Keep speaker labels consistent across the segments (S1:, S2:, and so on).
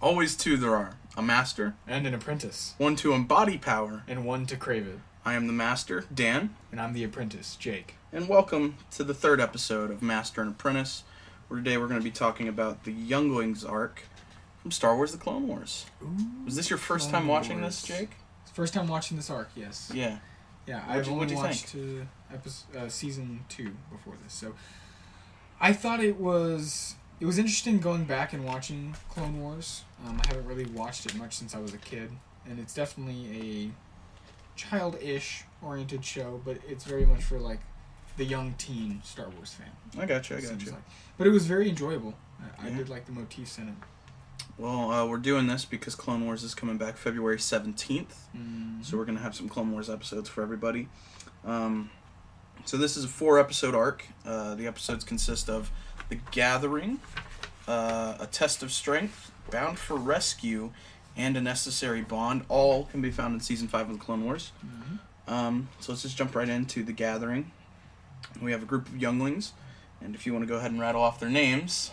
S1: Always two there are a master,
S2: and an apprentice,
S1: one to embody power.
S2: and one to crave it.
S1: I am the master, Dan,
S2: And I'm the apprentice, Jake.
S1: and welcome to the third episode of Master and Apprentice, where today we're going to be talking about the Younglings arc from Star Wars The Clone Wars. Was this your first
S2: Clone
S1: time watching
S2: Wars.
S1: this, Jake?
S2: First time watching this arc, yes.
S1: Yeah.
S2: Yeah,
S1: What'd
S2: I've
S1: you-
S2: only
S1: what'd you
S2: watched uh, epis uh, season two before this, so I thought it was it was interesting going back and watching Clone Wars. Um, I haven't really watched it much since I was a kid, and it's definitely a childish oriented show, but it's very much for like the young teen Star Wars fan.
S1: I got you. I
S2: it
S1: got
S2: seems
S1: you.
S2: like. But it was very enjoyable. I, I
S1: Yeah.
S2: did like the motifs in it.
S1: Well, uh, we're doing this because Clone Wars is coming back February 17th.
S2: Mm,
S1: So we're gonna have some Clone Wars episodes for everybody. Um, so this is a four-episode arc. Uh, the episodes consist of the Gathering, uh, a Test of Strength, Bound for Rescue, and a Necessary Bond. All can be found in season five of the Clone Wars.
S2: mhm.
S1: Um, so let's just jump right into the Gathering. We have a group of younglings, and if you want to go ahead and rattle off their names,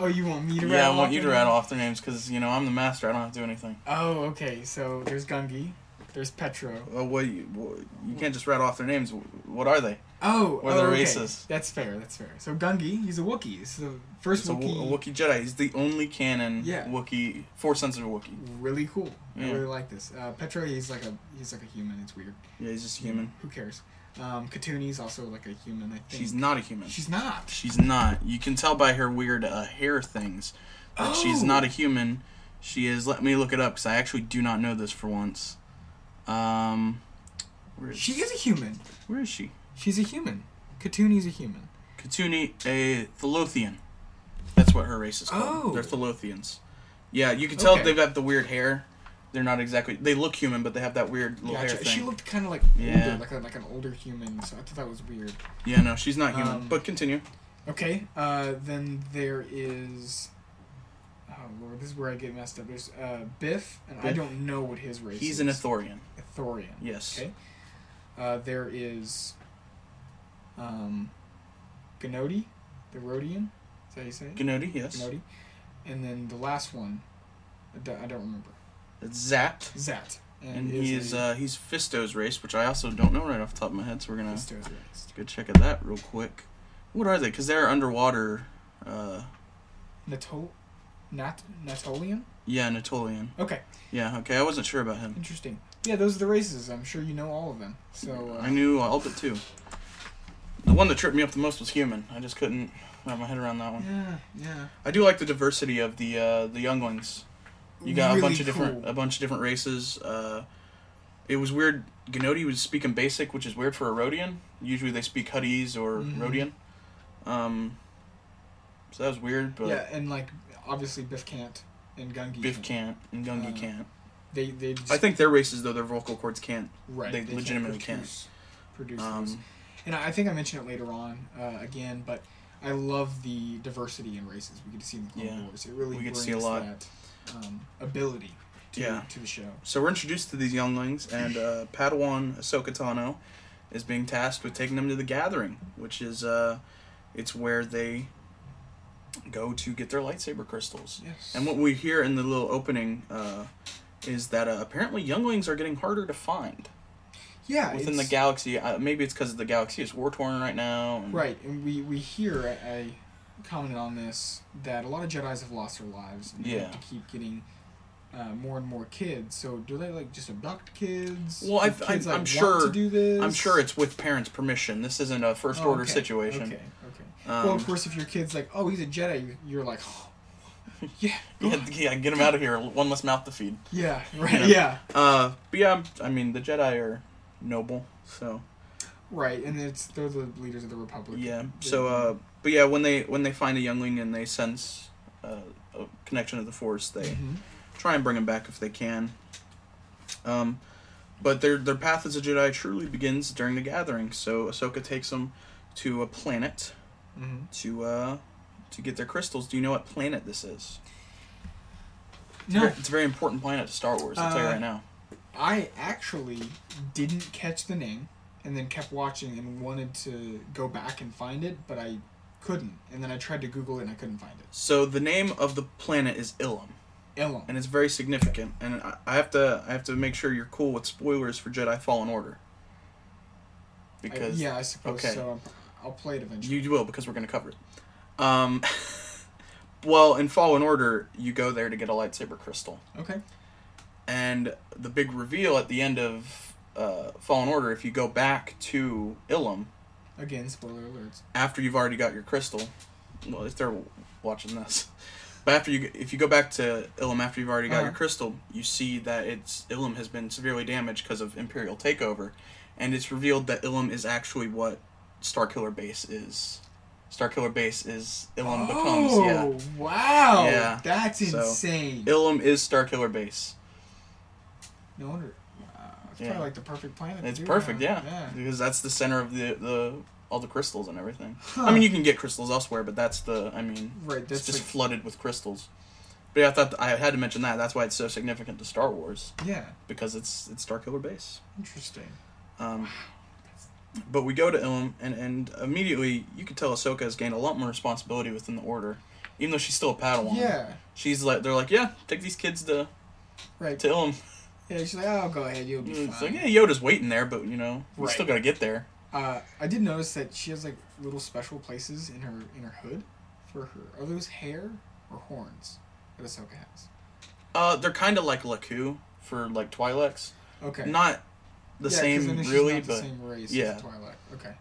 S2: Oh, you want me to?
S1: yeah, I
S2: rattle
S1: want
S2: off
S1: you to
S2: your name?
S1: rattle off their names because you know I'm the master. I don't have to do anything.
S2: Oh, okay. So there's Gungi, there's Petro.
S1: Well, Oh, what you, what- you can't just rattle off their names. What are they?
S2: Oh,
S1: Or
S2: oh,
S1: they're
S2: okay.
S1: racist.
S2: That's fair. That's fair. So Gungi, he's a Wookiee. He's the first
S1: It's a,
S2: Wookiee.
S1: Wo- a Wookiee Jedi. He's the only canon
S2: Yeah.
S1: Wookiee, force sensitive Wookiee.
S2: Really cool. I
S1: Yeah.
S2: really like this. Uh, Petro, he's like a he's like a human. It's weird.
S1: Yeah, he's just a human.
S2: Who cares? Um, Katuni's also like a human. I think
S1: She's not a human.
S2: She's not.
S1: She's not. You can tell by her weird uh, hair things that she's
S2: Oh!
S1: not a human. She is. Let me look it up because I actually do not know this for once. Um, where is
S2: She is a human.
S1: Where is she?
S2: She's a human. Katuni's a human.
S1: Katuni, a Thalothian. That's what her race is called.
S2: Oh.
S1: They're Thalothians. Yeah, you can tell
S2: Okay.
S1: they've got the weird hair. They're not exactly. They look human, but they have that weird little hair
S2: Gotcha.
S1: thing.
S2: She looked kind of like
S1: Yeah.
S2: older, like a, like an older human. So I thought that was weird.
S1: yeah, no, she's not human.
S2: Um,
S1: but continue.
S2: Okay, uh, then there is. Oh lord, this is where I get messed up. There's uh, Biff, and I
S1: Biff.
S2: don't know what his race
S1: He's
S2: is.
S1: an Ithorian.
S2: Thorian.
S1: Yes.
S2: Okay. Uh, there is. Um, Gnodi, the Rhodian. Is that how you say it?
S1: Gnodi, yes.
S2: Gnodi. And then the last one, I don't, I don't remember.
S1: That's Zapt.
S2: Zat.
S1: And he is
S2: a
S1: uh, he's Fisto's race, which I also don't know right off the top of my head, so we're gonna
S2: Fisto's race.
S1: go check at that real quick. What are they? Because they're underwater. Uh,
S2: Natol, Nat, Natolian.
S1: yeah, Natolian.
S2: Okay,
S1: Yeah, okay. I wasn't sure about him.
S2: interesting. Yeah, those are the races. I'm sure you know all of them. So. Uh,
S1: I knew all but two. The one that tripped me up the most was human. I just couldn't wrap my head around that one.
S2: Yeah, yeah.
S1: I do like the diversity of the uh, the younglings. You got
S2: Really
S1: a bunch of different uh,
S2: cool.
S1: a bunch of different races. Uh, it was weird. Gnodi was speaking basic, which is weird for a Rhodian. Usually they speak Huttese or
S2: Mhm.
S1: Rhodian. Um, so that was weird, but
S2: yeah, and like obviously Biff can't and Gungi.
S1: Biff can't and Gungi
S2: Uh,
S1: can't.
S2: They they. Just,
S1: I think their races though their vocal cords can't.
S2: right.
S1: they
S2: can't
S1: legitimately can't.
S2: produce, produce those.
S1: Um,
S2: And I I think I mentioned it later on uh, again, but I love the diversity in races we get to see in the Clone
S1: Yeah.
S2: Wars. It really
S1: We get to
S2: brings
S1: see a lot.
S2: that um, ability to,
S1: Yeah.
S2: to the show.
S1: So we're introduced to these younglings, and uh, Padawan Ahsoka Tano is being tasked with taking them to the Gathering, which is uh, it's where they go to get their lightsaber crystals.
S2: Yes.
S1: And what we hear in the little opening uh, is that uh, apparently younglings are getting harder to find
S2: yeah
S1: within the
S2: it's-
S1: galaxy. Uh, maybe it's because the galaxy is war torn right now. and-
S2: Right, and we we hear I, I commented on this that a lot of Jedi's have lost their lives. And they
S1: Yeah.
S2: have to keep getting uh, more and more kids. So do they like just abduct kids?
S1: Well, I-
S2: Do
S1: I-
S2: kids,
S1: I'm
S2: want
S1: sure-
S2: to do this.
S1: I'm sure it's with parents' permission. This isn't a first
S2: Oh,
S1: order
S2: okay,
S1: situation.
S2: Okay. Okay.
S1: Um,
S2: well, of course, if your kid's like, "Oh, he's a Jedi," you're, you're like, oh, "Yeah,
S1: yeah, yeah, get them out of here. One less mouth to feed.
S2: yeah, right,
S1: Yeah.
S2: yeah,
S1: Uh, but yeah, I'm- I mean the Jedi are noble, so
S2: right." And it's they're the leaders of the Republic.
S1: yeah.
S2: They-
S1: So uh, but yeah, when they when they find a youngling and they sense uh, a connection to the Force, they
S2: Mhm.
S1: try and bring him back if they can. Um, but their their path as a Jedi truly begins during the Gathering. So Ahsoka takes them to a planet
S2: Mhm.
S1: to uh to get their crystals. Do you know what planet this is? It's a
S2: No,
S1: very- it's a very important planet to Star Wars. I'll tell you
S2: Uh,
S1: right now.
S2: I actually didn't catch the name and then kept watching and wanted to go back and find it, but I couldn't. And then I tried to Google it and I couldn't find it.
S1: So the name of the planet is Ilum.
S2: Illum.
S1: and it's very significant. And I, I have to I have to make sure you're cool with spoilers for Jedi Fallen Order. Because
S2: yeah, I suppose
S1: okay.
S2: so. I'll play it eventually.
S1: you will because we're going to cover it. Um, well, in Fallen Order, you go there to get a lightsaber crystal,
S2: okay.
S1: and the big reveal at the end of uh, Fallen Order, if you go back to Ilum
S2: Again, spoiler alerts.
S1: after you've already got your crystal, well, if they're watching this, but after you, if you go back to Ilum after you've already got your
S2: Uh-huh.
S1: crystal, you see that it's Ilum has been severely damaged because of Imperial takeover, and it's revealed that Ilum is actually what Starkiller Base is. Starkiller Base is
S2: Oh.
S1: Ilum becomes yeah.
S2: wow.
S1: Yeah.
S2: That's
S1: So-
S2: insane.
S1: Ilum is Starkiller Base.
S2: no wonder. Wow. It's
S1: Yeah.
S2: probably like the perfect planet. to
S1: It's
S2: do
S1: perfect,
S2: now.
S1: yeah. because that's the center of the the all the crystals and everything.
S2: Huh.
S1: I mean, you can get crystals elsewhere, but that's the I mean,
S2: Right,
S1: it's
S2: that's
S1: just
S2: like-
S1: flooded with crystals. But yeah, I thought I had to mention that. That's why it's so significant to Star Wars
S2: yeah.
S1: because it's it's Starkiller Base.
S2: Interesting.
S1: Um, but we go to Ilum, and and immediately you can tell Ahsoka has gained a lot more responsibility within the Order, even though she's still a Padawan.
S2: Yeah.
S1: she's like they're like, yeah, take these kids to
S2: Right.
S1: to Ilum.
S2: yeah. She's like, oh, go ahead. You'll be fine.
S1: Mm, It's like yeah, Yoda's waiting there, but you know we
S2: Right.
S1: still gotta get there.
S2: Uh, I did notice that she has like little special places in her in her hood for her. Are those hair or horns that Ahsoka has?
S1: Uh, they're kind of like Laku for like Twi'leks.
S2: Okay.
S1: Not the
S2: Yeah, 'cause
S1: same,
S2: then she's
S1: really,
S2: not the
S1: but
S2: same race as
S1: yeah.
S2: Twilight. Okay.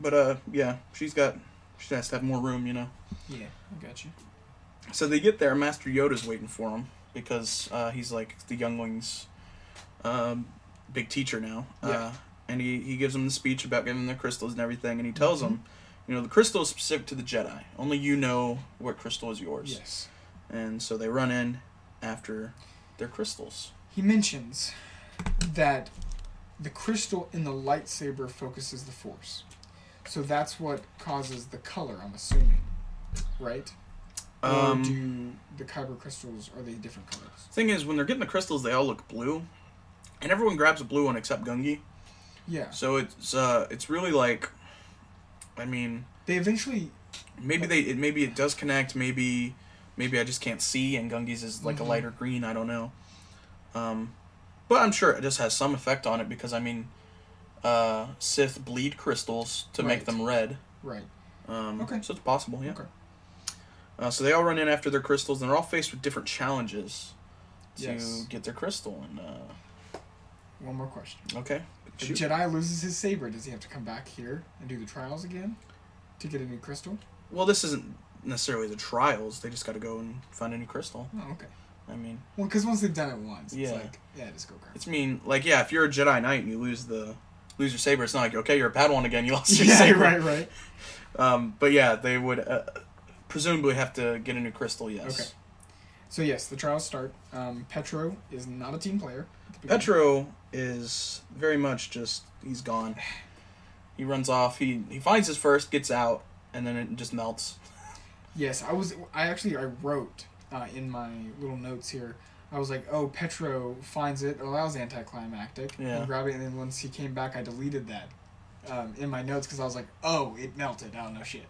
S1: but uh, yeah, she's got she has to have more room, you know.
S2: Yeah, I got you.
S1: So they get there. Master Yoda's waiting for him because uh, he's like the younglings, um, big teacher now. Uh,
S2: Yeah.
S1: and he he gives them the speech about giving them their crystals and everything,
S2: Mm-hmm.
S1: and he tells them, you know, the crystal is specific to the Jedi. Only you know what crystal is yours.
S2: Yes.
S1: And so they run in after their crystals.
S2: He mentions that the crystal in the lightsaber focuses the force. So that's what causes the color, I'm assuming. Right?
S1: Um,
S2: or do the kyber crystals are they different colors?
S1: Thing is, when they're getting the crystals, they all look blue, and everyone grabs a blue one except Gungi.
S2: Yeah.
S1: So it's uh, it's really like, I mean,
S2: They eventually
S1: maybe they it, maybe it does connect. Maybe maybe I just can't see, and Gungi's is like
S2: Mhm.
S1: a lighter green. I don't know. Um, but I'm sure it just has some effect on it because I mean, uh, Sith bleed crystals to make
S2: Right.
S1: them red.
S2: right.
S1: Um,
S2: Okay.
S1: So it's possible, yeah.
S2: Okay.
S1: Uh, so they all run in after their crystals, and they're all faced with different challenges to
S2: Yes.
S1: get their crystal. And uh,
S2: One more question.
S1: okay,
S2: If
S1: Shoot.
S2: Jedi loses his saber, does he have to come back here and do the trials again to get a new crystal?
S1: Well, this isn't necessarily the trials. They just got to go and find a new crystal.
S2: Oh, okay.
S1: I mean,
S2: Well, because once they've done it once,
S1: Yeah.
S2: it's like, yeah, just go grab it.
S1: it's mean like yeah, if you're a Jedi Knight and you lose the lose your saber, it's not like okay, you're a Padawan again. You lost your
S2: yeah,
S1: saber.
S2: right, right.
S1: Um, but yeah, they would uh, presumably have to get a new crystal. Yes.
S2: So yes, the trials start. Um, Petro is not a team player. at the beginning.
S1: Petro is very much just he's gone. He runs off. He he finds his first, gets out, and then it just melts.
S2: Yes, I was. I actually I wrote uh, in my little notes here. I was like, oh, Petro finds it, allows anticlimactic,
S1: Yeah.
S2: and grab it. And then once he came back, I deleted that um, in my notes because I was like, oh, it melted. I don't know shit.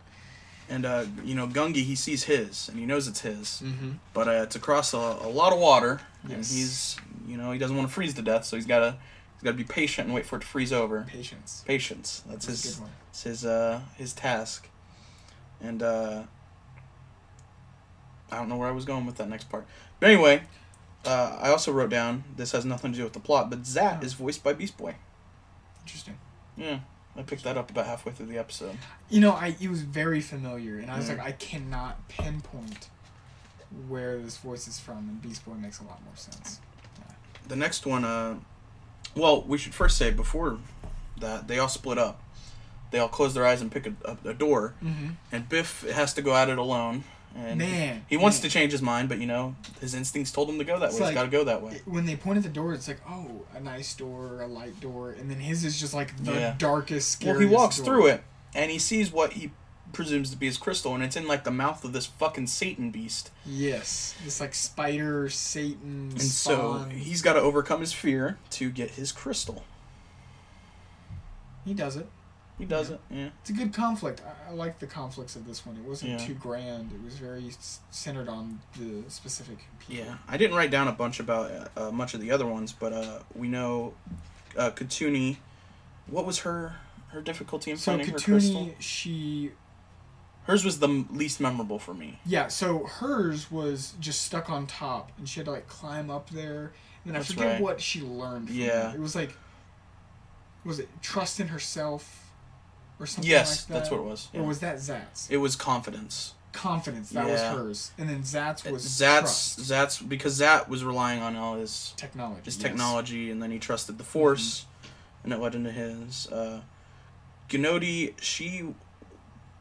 S1: And uh, you know, Gungi he sees his, and he knows it's his.
S2: Mm-hmm.
S1: but uh, it's across a, a lot of water, and
S2: Yes.
S1: he's you know he doesn't want to freeze to death, so he's gotta he's gotta be patient and wait for it to freeze over.
S2: Patience.
S1: Patience. That's
S2: That's a
S1: his
S2: good one.
S1: it's his uh his task, and uh, I don't know where I was going with that next part. But anyway, uh, I also wrote down this has nothing to do with the plot, but Zat is voiced by Beast Boy.
S2: Interesting.
S1: Yeah, I picked that up about halfway through the episode.
S2: You know, I it was very familiar, and I was
S1: Mm.
S2: like, I cannot pinpoint where this voice is from, and Beast Boy makes a lot more sense.
S1: The next one, uh, well, we should first say before that they all split up. They all close their eyes and pick a, a, a door,
S2: Mm-hmm.
S1: and Biff has to go at it alone. And
S2: Man,
S1: he, he wants
S2: man.
S1: to change his mind, but you know his instincts told him to go that
S2: It's
S1: way.
S2: like-
S1: He's got to go that way.
S2: It- when they point at the door, it's like, oh, a nice door, a light door, and then his is just like the
S1: Yeah.
S2: darkest,
S1: Well,
S2: scariest.
S1: he walks
S2: door.
S1: through it, and he sees what he presumes to be his crystal, and it's in like the mouth of this fucking Satan beast.
S2: Yes, this like spider Satan.
S1: And so
S2: spawn.
S1: he's got to overcome his fear to get his crystal.
S2: he does it.
S1: He does it. Yeah.
S2: It's a good conflict. I, I like the conflicts of this one. It wasn't
S1: Yeah.
S2: too grand. It was very s- centered on the specific people.
S1: Yeah, I didn't write down a bunch about uh, uh, much of the other ones, but uh, we know uh, Katuni. What was her her difficulty in
S2: So
S1: finding her crystal?
S2: Katuni, she
S1: Hers was the m- least memorable for me.
S2: Yeah, so hers was just stuck on top, and she had to like climb up there. And then I
S1: That's
S2: forget
S1: right.
S2: what she learned. From
S1: Yeah.
S2: it. it was like, was it trust in herself, or something?
S1: Yes,
S2: like that?
S1: that's what it was.
S2: Or
S1: yeah.
S2: was that Zat's
S1: It was confidence.
S2: confidence? That was
S1: Yeah. Uh,
S2: hers, and then Zat's was
S1: Zat's
S2: trust.
S1: Zat's because Zat was relying on all his
S2: technology.
S1: his
S2: yes. Mm-hmm.
S1: technology, and then he trusted the Force, and it led into his. Uh, Gnodi, she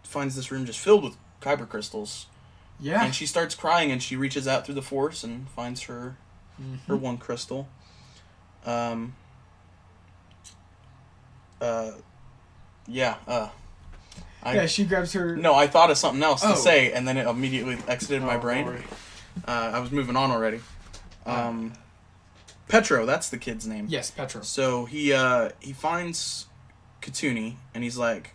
S1: finds this room just filled with kyber crystals,
S2: Yeah.
S1: and she starts crying, and she reaches out through the Force and finds her
S2: Mhm.
S1: her one crystal. Um. Uh, yeah. Uh, I
S2: yeah, she grabs her.
S1: no, I thought of something else
S2: Oh.
S1: to say, and then it immediately exited my
S2: Oh,
S1: brain.
S2: Lord.
S1: Uh, I was moving on already. Um, Petro, that's the kid's name.
S2: Yes, Petro.
S1: So he uh he finds Katuni, and he's like,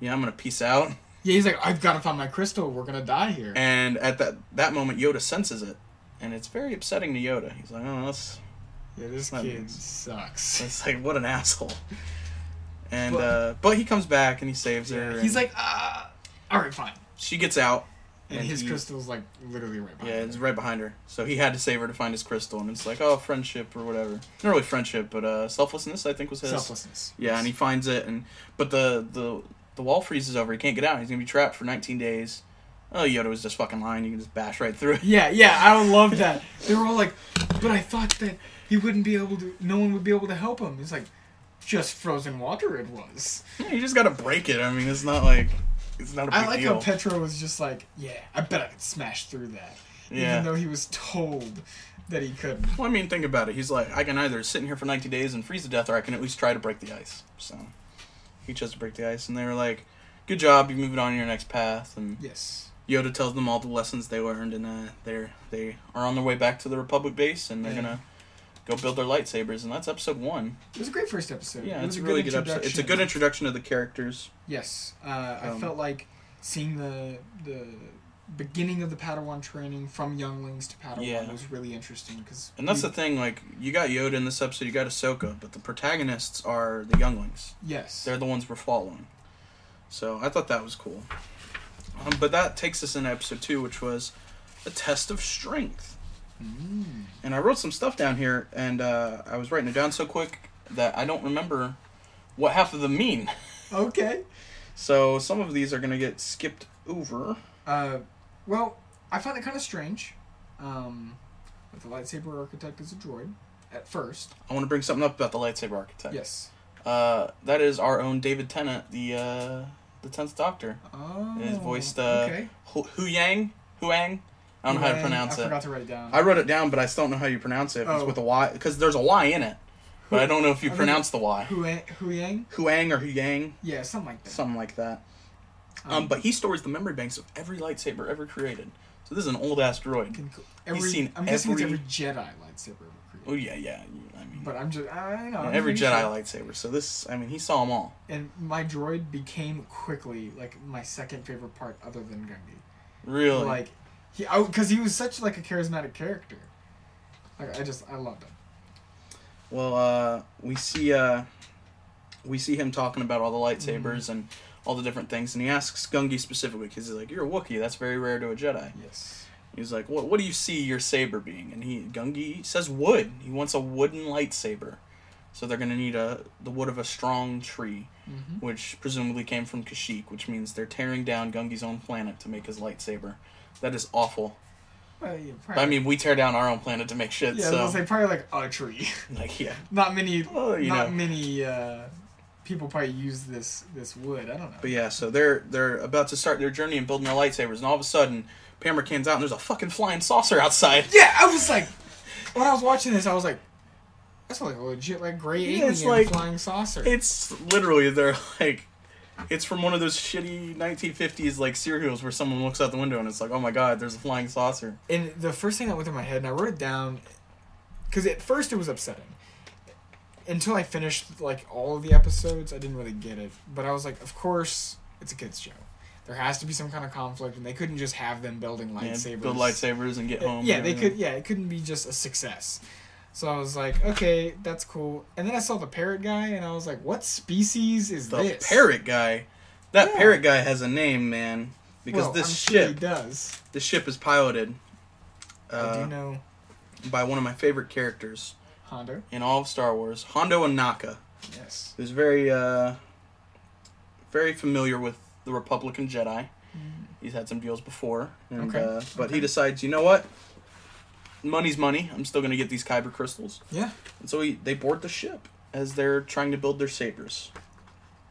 S1: "Yeah, I'm gonna peace out."
S2: Yeah, he's like, I've got to find my crystal. We're gonna die here.
S1: And at that that moment, Yoda senses it, and it's very upsetting to Yoda. He's like, "Oh, that's
S2: yeah, this
S1: That
S2: kid
S1: means-
S2: sucks.
S1: It's like what an asshole. And
S2: But-
S1: uh, but he comes back and he saves her.
S2: Yeah,
S1: and
S2: He's like, uh, all right, fine.
S1: she gets out.
S2: And,
S1: And
S2: his
S1: he-
S2: crystal's like literally right behind.
S1: Yeah,
S2: her.
S1: it's right behind her. So he had to save her to find his crystal, and it's like oh friendship or whatever. Not really friendship, but uh, selflessness I think was his.
S2: selflessness.
S1: Yeah, and he finds it, and but the the the wall freezes over. He can't get out. He's gonna be trapped for 19 days. Oh, Yoda was just fucking lying. You can just bash right through. it.
S2: Yeah, yeah, I love that. They were all like, but I thought that he wouldn't be able to. No one would be able to help him. It's like, just frozen water. It was.
S1: Yeah, you just gotta break it. I mean, it's not like it's not a big
S2: I like
S1: deal.
S2: how Petro was just like, yeah, I bet I could smash through that,
S1: yeah.
S2: even though he was told that he couldn't.
S1: well, I mean, think about it. He's like, I can either sit in here for 90 days and freeze to death, or I can at least try to break the ice. So he chose to break the ice, and they were like, "Good job, you moved on to your next path." And
S2: Yes.
S1: Yoda tells them all the lessons they learned, and uh, they're they are on their way back to the Republic base, and they're
S2: Yeah.
S1: gonna go build their lightsabers, and that's episode one.
S2: It was a great first episode.
S1: Yeah,
S2: it
S1: it's
S2: was
S1: a really good episode. It's a good
S2: introduction.
S1: introduction to the characters.
S2: Yes, uh, I
S1: Um,
S2: felt like seeing the the beginning of the Padawan training from younglings to Padawan
S1: Yeah.
S2: was really interesting because
S1: And that's the thing, like you got Yoda in this episode, you got Ahsoka, but the protagonists are the younglings.
S2: yes
S1: They're the ones we're following. So I thought that was cool. Um, but that takes us into episode two, which was a test of strength.
S2: Mm.
S1: And I wrote some stuff down here, and uh, I was writing it down so quick that I don't remember what half of them mean.
S2: Okay.
S1: So some of these are gonna get skipped over.
S2: Uh, well, I found it kind of strange. Um, that the lightsaber architect is a droid at first.
S1: I want to bring something up about the lightsaber architect.
S2: Yes.
S1: Uh, that is our own David Tennant, the uh, the tenth Doctor.
S2: Oh.
S1: It is voiced, uh,
S2: okay.
S1: Hu Hu Yang, Huang. I don't know how to
S2: Yang-
S1: pronounce
S2: I
S1: it.
S2: forgot to write it down.
S1: I wrote it down, but I still don't know how you pronounce it. If It's
S2: Oh.
S1: with a Y because there's a Y in it, but I don't know if you
S2: I think
S1: pronounce the Y.
S2: Huang, Huyang?
S1: Huang or Huyang,
S2: Yeah, something like that.
S1: something like that. Um, but he stores the memory banks of every lightsaber ever created. So this is an old ass droid.
S2: Um, can- every,
S1: seen
S2: I'm guessing
S1: every-
S2: it's every Jedi lightsaber ever
S1: Oh
S2: created.
S1: yeah, yeah. you- I mean,
S2: But uh, I'm just I know I'm
S1: every
S2: pretty
S1: Jedi
S2: sure.
S1: lightsaber. So this, I mean, he saw them all.
S2: and my droid became quickly like my second favorite part other than Gungi.
S1: Really.
S2: Like he because he was such like a charismatic character. Like I just I loved him.
S1: Well, uh, we see uh, we see him talking about all the lightsabers
S2: Mm-hmm.
S1: and all the different things, and he asks Gungi specifically because he's like, "You're a Wookiee. That's very rare to a Jedi."
S2: Yes.
S1: He's like, "What? What do you see your saber being?" And he Gungi says, "Wood. He wants a wooden lightsaber." So they're gonna need a the wood of a strong tree,
S2: Mm-hmm.
S1: which presumably came from Kashyyyk, which means they're tearing down Gungi's own planet to make his lightsaber. That is awful.
S2: Well, yeah,
S1: I mean, we tear down our own planet to make shit.
S2: yeah, I
S1: so,
S2: was gonna say probably like a tree.
S1: like, yeah,
S2: not many,
S1: Well, you
S2: not
S1: know.
S2: many uh, people probably use this this wood. I don't know.
S1: But yeah, so they're they're about to start their journey and building their lightsabers, and all of a sudden, Pammer cans out, and there's a fucking flying saucer outside.
S2: yeah, I was like, when I was watching this, I was like, that's like a legit like gray
S1: Yeah,
S2: alien
S1: it's like-
S2: flying saucer.
S1: It's literally they're like, it's from one of those shitty 1950s like serials where someone looks out the window and it's like, oh my god, there's a flying saucer.
S2: and the first thing that went through my head, and I wrote it down, because at first it was upsetting, until I finished like all of the episodes, I didn't really get it. But I was like, of course, it's a kids show. There has to be some kind of conflict, and they couldn't just have them building
S1: Yeah,
S2: lightsabers.
S1: build lightsabers and get
S2: Uh,
S1: home.
S2: Yeah,
S1: and
S2: they
S1: everything.
S2: could. Yeah, it couldn't be just a success. So I was like, okay, that's cool. And then I saw the parrot guy, and I was like, what species is
S1: The
S2: this?
S1: parrot guy. That
S2: Yeah.
S1: parrot guy has a name, man. Because
S2: Well,
S1: this
S2: I'm sure he
S1: ship,
S2: does.
S1: this ship is piloted
S2: I
S1: uh,
S2: do know
S1: by one of my favorite characters
S2: Hondo.
S1: in all of Star Wars, Hondo Anaka,
S2: Yes.
S1: who's very, uh, very familiar with the Republican Jedi. He's had some deals before, and,
S2: Mm. Okay,
S1: uh, but
S2: okay.
S1: he decides, you know what? Money's money. I'm still gonna get these kyber crystals,
S2: Yeah,
S1: and so he, they board the ship as they're trying to build their sabers.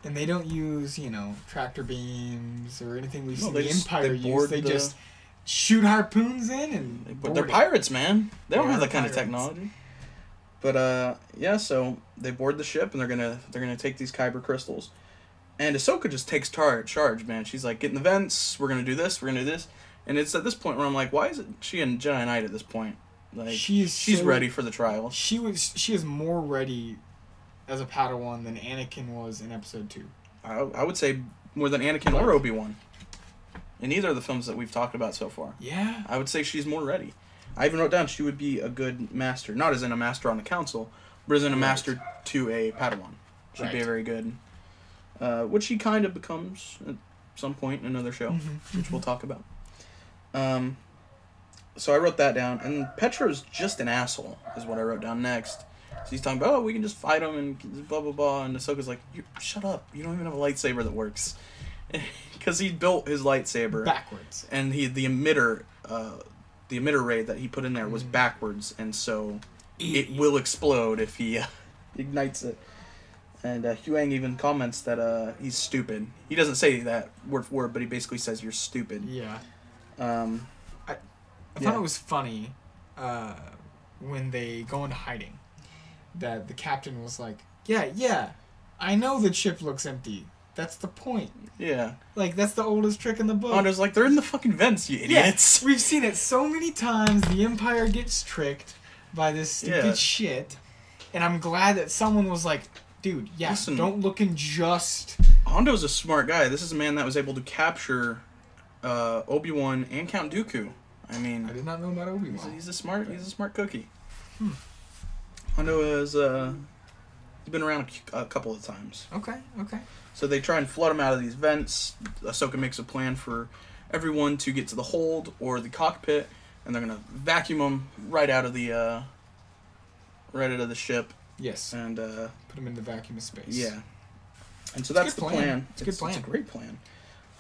S2: and they don't use you know tractor beams or anything we've
S1: No,
S2: seen
S1: they
S2: the
S1: just- they
S2: Empire use.
S1: board
S2: They
S1: the-
S2: just shoot harpoons in and
S1: They, but
S2: board
S1: they're
S2: it.
S1: pirates, man. They, don't
S2: They
S1: have
S2: are
S1: that kind
S2: pirates.
S1: of technology. But uh, yeah, so they board the ship and they're gonna they're gonna take these kyber crystals, and Ahsoka just takes tar- charge, man. She's like, get in the vents. We're gonna do this. We're gonna do this. And it's at this point where I'm like, why is it she and Jedi Knight at this point? Like
S2: She is
S1: she's
S2: so-
S1: ready for the trial.
S2: She was. She is more ready as a Padawan than Anakin was in Episode Two.
S1: I, I would say more than Anakin or Obi Wan. In either of the films that we've talked about so far,
S2: Yeah.
S1: I would say she's more ready. I even wrote down she would be a good master, not as in a master on the council, but as in a master to a Padawan. She'd be
S2: Right.
S1: a very good, uh, which she kind of becomes at some point in another show, which we'll talk about. Um, so I wrote that down, and Petro's just an asshole, is what I wrote down next. So he's talking about, oh, we can just fight him and blah blah blah, and Ahsoka's like, you shut up, you don't even have a lightsaber that works, because he built his lightsaber
S2: Backwards.
S1: and he the emitter uh, the emitter ray that he put in there was
S2: Mm. E-
S1: backwards and so it will explode if he uh, ignites it and uh, Huang even comments that uh, he's stupid. He doesn't say that word for word, but he basically says you're stupid.
S2: Yeah.
S1: Um,
S2: I
S1: Yeah.
S2: thought it was funny uh, when they go into hiding that the captain was like, "Yeah, yeah, I know the ship looks empty. That's the point.
S1: yeah,
S2: Like that's the oldest trick in the book."
S1: Hondo's like they're in the fucking vents, you
S2: Oh. Yeah,
S1: idiots.
S2: We've seen it so many times. The Empire gets tricked by this stupid
S1: Yeah.
S2: shit, and I'm glad that someone was like, "Dude, yeah,
S1: Listen.
S2: don't look in just."
S1: Hondo's a smart guy. This is a man that was able to capture uh, Obi Wan and Count Dooku. I mean,
S2: I did not know about Obi
S1: He's a,
S2: Wan.
S1: he's a smart. He's a smart cookie.
S2: Hmm.
S1: Hondo is. Uh, he's been around a c- a, couple of times.
S2: Okay, okay.
S1: So they try and flood him out of these vents. Ahsoka makes a plan for everyone to get to the hold or the cockpit, and they're gonna vacuum him right out of the. Uh, right out of the ship,
S2: Yes,
S1: and uh,
S2: put him in the vacuum of space.
S1: yeah. And so
S2: It's a
S1: that's
S2: good
S1: the plan.
S2: plan. It's a good
S1: It's a
S2: plan.
S1: great plan.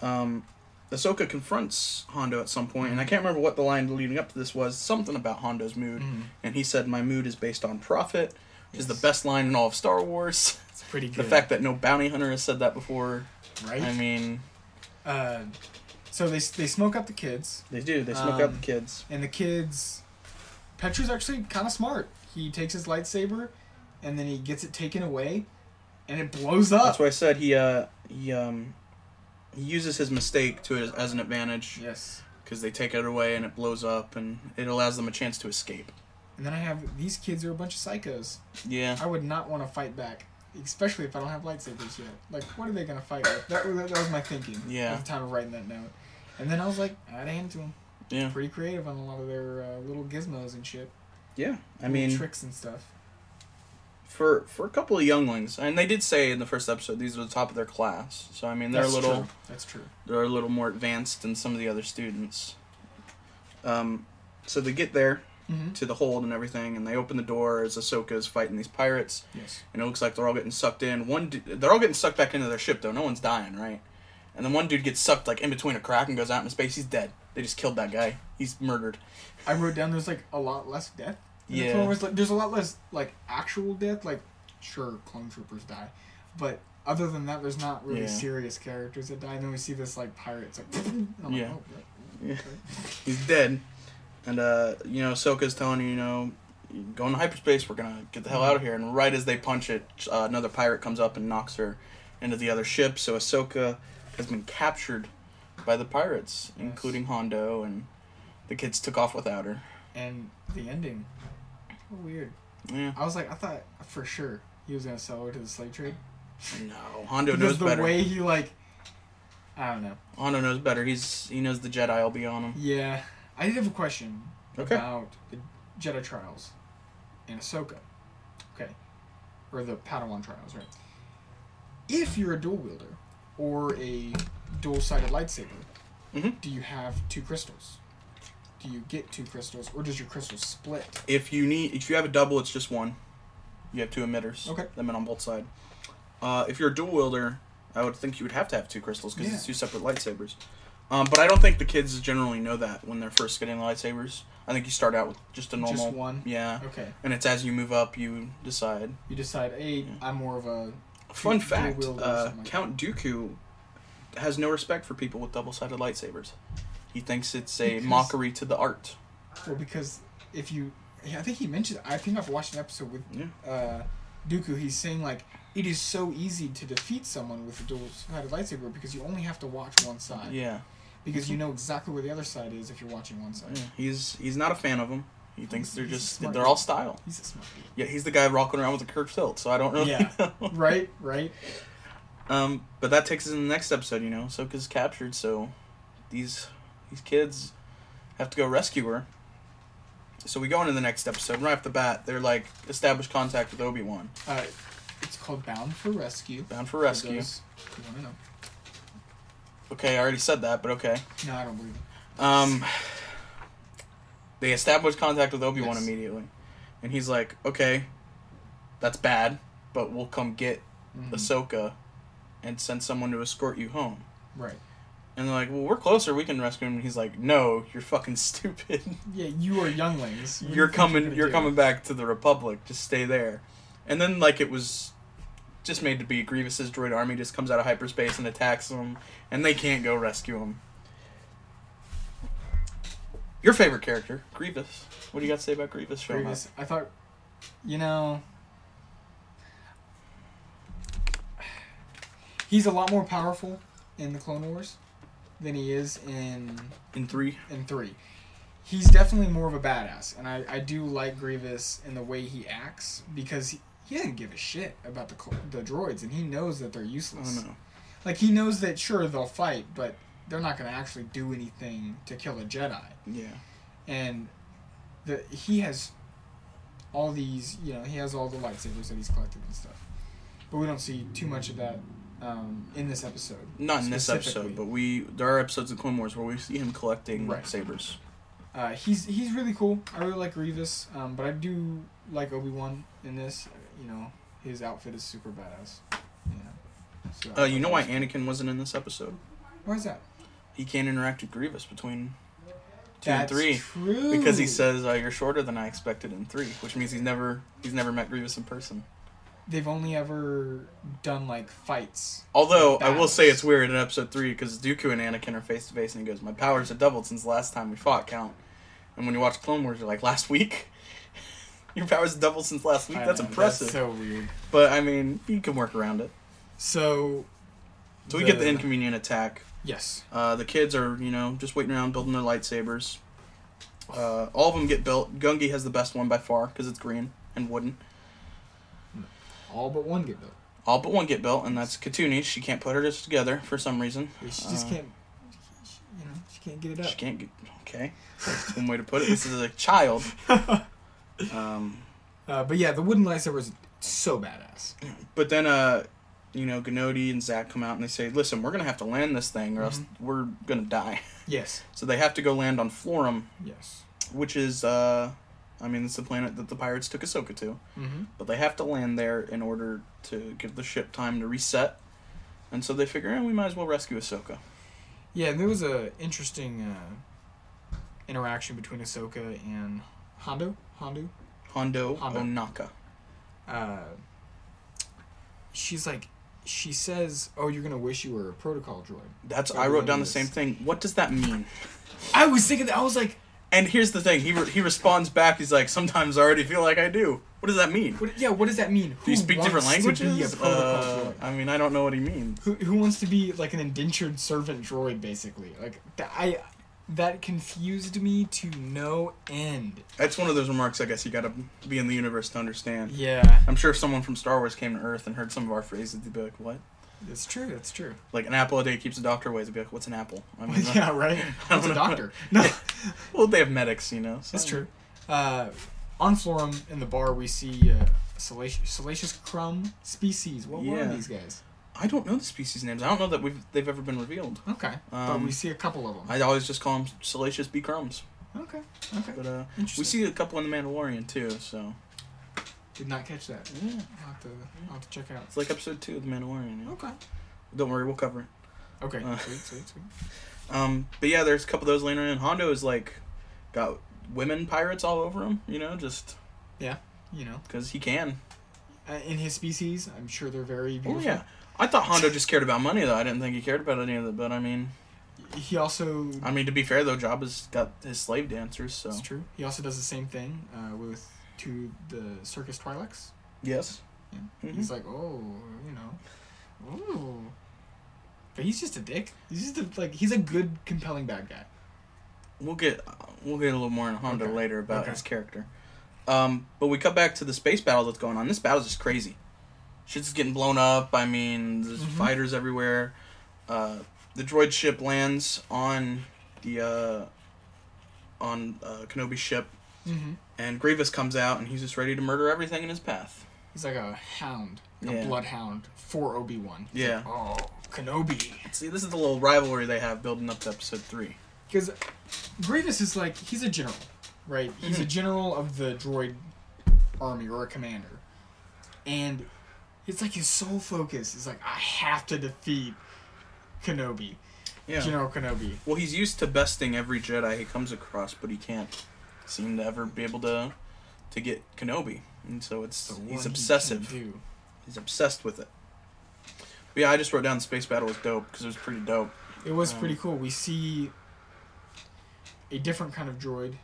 S1: Um, Ahsoka confronts Hondo at some point,
S2: Hmm.
S1: and I can't remember what the line leading up to this was. Something about Hondo's mood,
S2: Mhm.
S1: and he said, "My mood is based on profit," which is the
S2: Yes.
S1: best line in all of Star Wars.
S2: It's pretty
S1: The
S2: good.
S1: fact that no bounty hunter has said that before.
S2: right?
S1: I mean,
S2: uh, so they they smoke up the kids,
S1: they do. They smoke out
S2: Um,
S1: the kids.
S2: and the kids. Petra's actually kind of smart. He takes his lightsaber, and then he gets it taken away, and it blows up.
S1: That's why I said he uh, he um, he uses his mistake to his, as an advantage
S2: Yes.
S1: because they take it away and it blows up and it allows them a chance to escape.
S2: And then I have these kids are a bunch of psychos.
S1: Yeah.
S2: I would not want to fight back, especially if I don't have lightsabers yet. Like, what are they gonna fight with? That was, that was my thinking.
S1: Yeah.
S2: At the time of writing that note, and then I was like, I'd hand it to them.
S1: Yeah.
S2: Pretty creative on a lot of their uh, little gizmos and shit.
S1: Yeah, I
S2: little
S1: mean,
S2: tricks and stuff.
S1: for for a couple of younglings, and they did say in the first episode these were the top of their class. So I mean, they're
S2: That's
S1: a little
S2: True. That's true.
S1: they're a little more advanced than some of the other students. Um, so they get there
S2: Mm-hmm.
S1: to the hold and everything, and they open the door as Ahsoka's fighting these pirates,
S2: Yes.
S1: and it looks like they're all getting sucked in. One, du- they're all getting sucked back into their ship though. No one's dying, right? And then one dude gets sucked like in between a crack and goes out into space. He's dead. They just killed that guy. He's murdered.
S2: I wrote down there's like a lot less death. in the
S1: Yeah.
S2: Clone Wars. Like, there's a lot less like actual death. Like, sure, clone troopers die, but other than that, there's not really
S1: Yeah.
S2: serious characters that die. And then we see this like pirates. Like, and I'm
S1: Yeah.
S2: Like, oh, what?
S1: He's dead. And, uh, you know, Ahsoka's telling you, you know, you go into hyperspace, we're going to get the hell out of here. And right as they punch it, uh, another pirate comes up and knocks her into the other ship. So Ahsoka has been captured by the pirates,
S2: Yes.
S1: including Hondo, and the kids took off without her.
S2: and the ending. So weird.
S1: Yeah.
S2: I was like, I thought for sure he was gonna sell her to the slave trade.
S1: No, Hondo
S2: because
S1: knows
S2: the
S1: better.
S2: way he like, I don't know.
S1: Hondo knows better. He's he knows the Jedi will be on him.
S2: Yeah, I did have a question
S1: Okay.
S2: about the Jedi trials and Ahsoka. Okay, or the Padawan trials, right? If you're a dual wielder or a dual-sided lightsaber,
S1: Mhm.
S2: do you have two crystals? Do you get two crystals, or does your crystal split?
S1: If you need, if you have a double, it's just one. You have two emitters.
S2: Okay.
S1: Them in on both sides. Uh, if you're a dual wielder, I would think you would have to have two crystals because it's
S2: Yeah.
S1: two separate lightsabers. Um, but I don't think the kids generally know that when they're first getting lightsabers. I think you start out with just a normal.
S2: Just one.
S1: Yeah.
S2: Okay,
S1: And it's as you move up, you decide.
S2: you decide. Hey, I'm more of a
S1: Fun
S2: Dual
S1: fact:
S2: wielder or
S1: uh,
S2: something like
S1: Count Dooku has no respect for people with double-sided lightsabers. He thinks it's a
S2: Because-
S1: mockery to the art.
S2: Well, because if you, I think he mentioned. I think I've watched an episode with uh, Dooku. He's saying like it is so easy to defeat someone with a dual-sided lightsaber because you only have to watch one side
S1: Yeah,
S2: because you know exactly where the other side is if you're watching one side.
S1: yeah. he's he's not a fan of them. He thinks they're
S2: He's a
S1: just
S2: smart
S1: they're
S2: guy.
S1: all style.
S2: He's a smart dude.
S1: Yeah, he's the guy rocking around with a curved tilt. So I don't really
S2: Yeah.
S1: know.
S2: right, right.
S1: Um, but that takes us in the next episode. You know, Ahsoka's captured, so these these kids have to go rescue her. So we go into the next episode right off the bat. They're like established contact with Obi Wan,
S2: Uh, it's called Bound for Rescue.
S1: bound for rescue.
S2: You want to know?
S1: Okay, I already said that, but okay.
S2: No, I don't believe it.
S1: Um, they establish contact with Obi Wan
S2: Yes.
S1: immediately, and he's like, "Okay, that's bad, but we'll come get
S2: Mhm.
S1: Mm-hmm. Ahsoka, and send someone to escort you home."
S2: Right.
S1: And they're like, "Well, we're closer. We can rescue him." And he's like, "No, you're fucking stupid.
S2: Yeah, you are younglings. What do you
S1: you're
S2: think
S1: coming.
S2: gonna
S1: You're
S2: do?
S1: coming back to the Republic. Just stay there." And then like it was just made to be Grievous's droid army just comes out of hyperspace and attacks them, and they can't go rescue him. Your favorite character, Grievous. What do you got to say about Grievous? uh, showing up?
S2: Grievous. I thought, you know, he's a lot more powerful in the Clone Wars than he is in
S1: in three.
S2: in three. He's definitely more of a badass, and I, I do like Grievous and the way he acts because he, he doesn't give a shit about the cl- the droids, and he knows that they're
S1: I
S2: useless.
S1: don't know.
S2: Like he knows that sure they'll fight, but they're not going to actually do anything to kill a Jedi
S1: Yeah.
S2: and the he has all these you know he has all the lightsabers that he's collected and stuff but we don't see too much of that um, in this episode
S1: Not in this
S2: specifically.
S1: episode, but we there are episodes of Clone Wars where we see him collecting
S2: Right.
S1: sabers.
S2: uh, he's he's really cool i really like grievous um, but i do like obi-wan in this you know his outfit is super badass yeah so
S1: Uh, you know why
S2: Andy?
S1: Anakin wasn't in this episode?
S2: why is that
S1: He can't interact with Grievous between two
S2: That's
S1: and three.
S2: true.
S1: because he says uh, you're shorter than I expected in three, which means he's never he's never met Grievous in person.
S2: they've only ever done like fights
S1: Although I will
S2: Battles.
S1: say it's weird in episode three because Dooku and Anakin are face to face, and he goes, "My powers have doubled since the last time we fought, Count." And when you watch Clone Wars, you're like, "Last week, your powers doubled since last week.
S2: I
S1: That's
S2: know,
S1: impressive."
S2: so weird
S1: but I mean, you can work around it.
S2: so
S1: So we get the inconvenient attack.
S2: yes
S1: Uh, the kids are, you know, just waiting around building their lightsabers. Uh, all of them get built. Gungi has the best one by far because it's green and wooden.
S2: all but one get built
S1: All but one get built, and that's Katuni. She can't put hers together for some reason.
S2: Yeah, she just
S1: Uh,
S2: can't. She, you know, she can't get it
S1: She can't get. Okay, that's one way to put it. This is a child.
S2: up.
S1: Um,
S2: uh, but yeah, the wooden lightsaber is so badass.
S1: but then, uh, you know, Gnodi and Zach come out and they say, "Listen, we're gonna have to land this thing, or else we're gonna die."
S2: Yes.
S1: So they have to go land on Florum,
S2: Yes.
S1: which is, uh, I mean, it's the planet that the pirates took Ahsoka to.
S2: Mm-hmm.
S1: But they have to land there in order to give the ship time to reset. And so they figure, eh, we might as well rescue Ahsoka.
S2: Yeah, and there was a interesting uh, interaction between Ahsoka and Hondo. Hondo.
S1: Hondo,
S2: Hondo.
S1: Onaka.
S2: Uh, she's like, she says, "Oh, you're gonna wish you were a protocol droid."
S1: That's
S2: Yeah,
S1: I
S2: we
S1: wrote down the
S2: learned
S1: same
S2: this.
S1: thing. What does that mean?
S2: I was thinking that. I was like,
S1: And here's the thing. He re- he responds back. He's like, sometimes I already feel like I do. What does that mean?
S2: what, "Yeah, what does that mean? Who
S1: Do you speak different
S2: wants to be a
S1: languages?
S2: protocol
S1: Uh,
S2: droid?
S1: I mean, I don't know what he means.
S2: who, who wants to be like an indentured servant droid basically like th- i that confused me to no end.
S1: That's one of those remarks. I guess you got to be in the universe to understand.
S2: Yeah,
S1: I'm sure if someone from Star Wars came to Earth and heard some of our phrases, they'd be like, "What?"
S2: that's true. That's true.
S1: Like an apple a day keeps the doctor away. They'd be like, "What's an apple?" I mean,
S2: yeah, right.
S1: I don't
S2: That's a
S1: know.
S2: doctor. No,
S1: well, they have medics, you know. So
S2: that's true.
S1: Um,
S2: Uh, on Florum in the bar, we see uh, salacious, salacious crumb species. What were
S1: Yeah.
S2: these guys?
S1: I don't know the species names. I don't know that we've they've ever been revealed.
S2: Okay, but
S1: Um,
S2: we see a couple of them.
S1: I always just call them salacious bee crumbs.
S2: okay, okay.
S1: But uh,
S2: Interesting.
S1: we see a couple in the Mandalorian too. So
S2: Did not catch that.
S1: yeah,
S2: I'll have to, I'll have to check out.
S1: it's like episode two of the Mandalorian. yeah.
S2: Okay.
S1: Don't worry, we'll cover it.
S2: Okay.
S1: Uh.
S2: sweet, sweet, sweet.
S1: Um, but yeah, there's a couple of those laying around. Hondo is like got women pirates all over him, you know, just
S2: You know,
S1: because he can.
S2: uh, in his species, I'm sure they're very
S1: Oh
S2: beautiful.
S1: yeah, I thought Hondo just cared about money though. I didn't think he cared about any of it. But I mean,
S2: He also
S1: I mean to be fair though, Jabba's got his slave dancers, so
S2: That's true. He also does the same thing uh, with to the circus Twi'leks.
S1: yes.
S2: Yeah.
S1: Mhm.
S2: He's like, oh, you know, ooh. But he's just a dick. He's just a, like he's a good, compelling bad guy.
S1: We'll get we'll get a little more on Hondo
S2: Okay.
S1: later about
S2: Okay.
S1: his character. Um, but we cut back to the space battle that's going on. This battle's just crazy. Shit's just getting blown up. I mean, there's
S2: Mhm.
S1: fighters everywhere. Uh, the droid ship lands on the uh, on uh, Kenobi's ship,
S2: Mm-hmm.
S1: and Grievous comes out, and he's just ready to murder everything in his path.
S2: He's like a hound, like
S1: Yeah.
S2: a bloodhound for Obi Wan.
S1: Yeah.
S2: Oh, Kenobi.
S1: See, this is the little rivalry they have building up to episode three.
S2: Because Grievous is like he's a general, right? He's
S1: Mm-hmm.
S2: a general of the droid army or a commander, and it's like his sole focus is like I have to defeat Kenobi,
S1: Yeah.
S2: General Kenobi.
S1: Well, he's used to besting every Jedi he comes across, but he can't seem to ever be able to to get Kenobi, and so
S2: The
S1: it's
S2: one he
S1: he's
S2: can
S1: obsessive.
S2: do.
S1: he's obsessed with it. But yeah, I just wrote down space battle was dope because it was pretty dope.
S2: It was
S1: Um,
S2: pretty cool. We see a different kind of droid,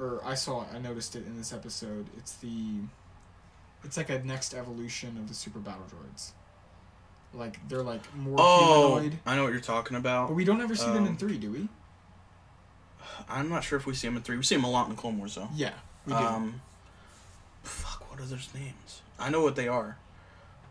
S2: or I saw it. I noticed it in this episode. It's the, it's like a next evolution of the super battle droids. Like they're like more
S1: Oh,
S2: humanoid.
S1: I know what you're talking
S2: But
S1: about.
S2: we don't ever see them in
S1: Um,
S2: three, do we?
S1: I'm not sure if we see him in three. We see him a lot in Clone Wars though.
S2: Yeah, we do.
S1: Um, fuck, what are those names? I know what they are.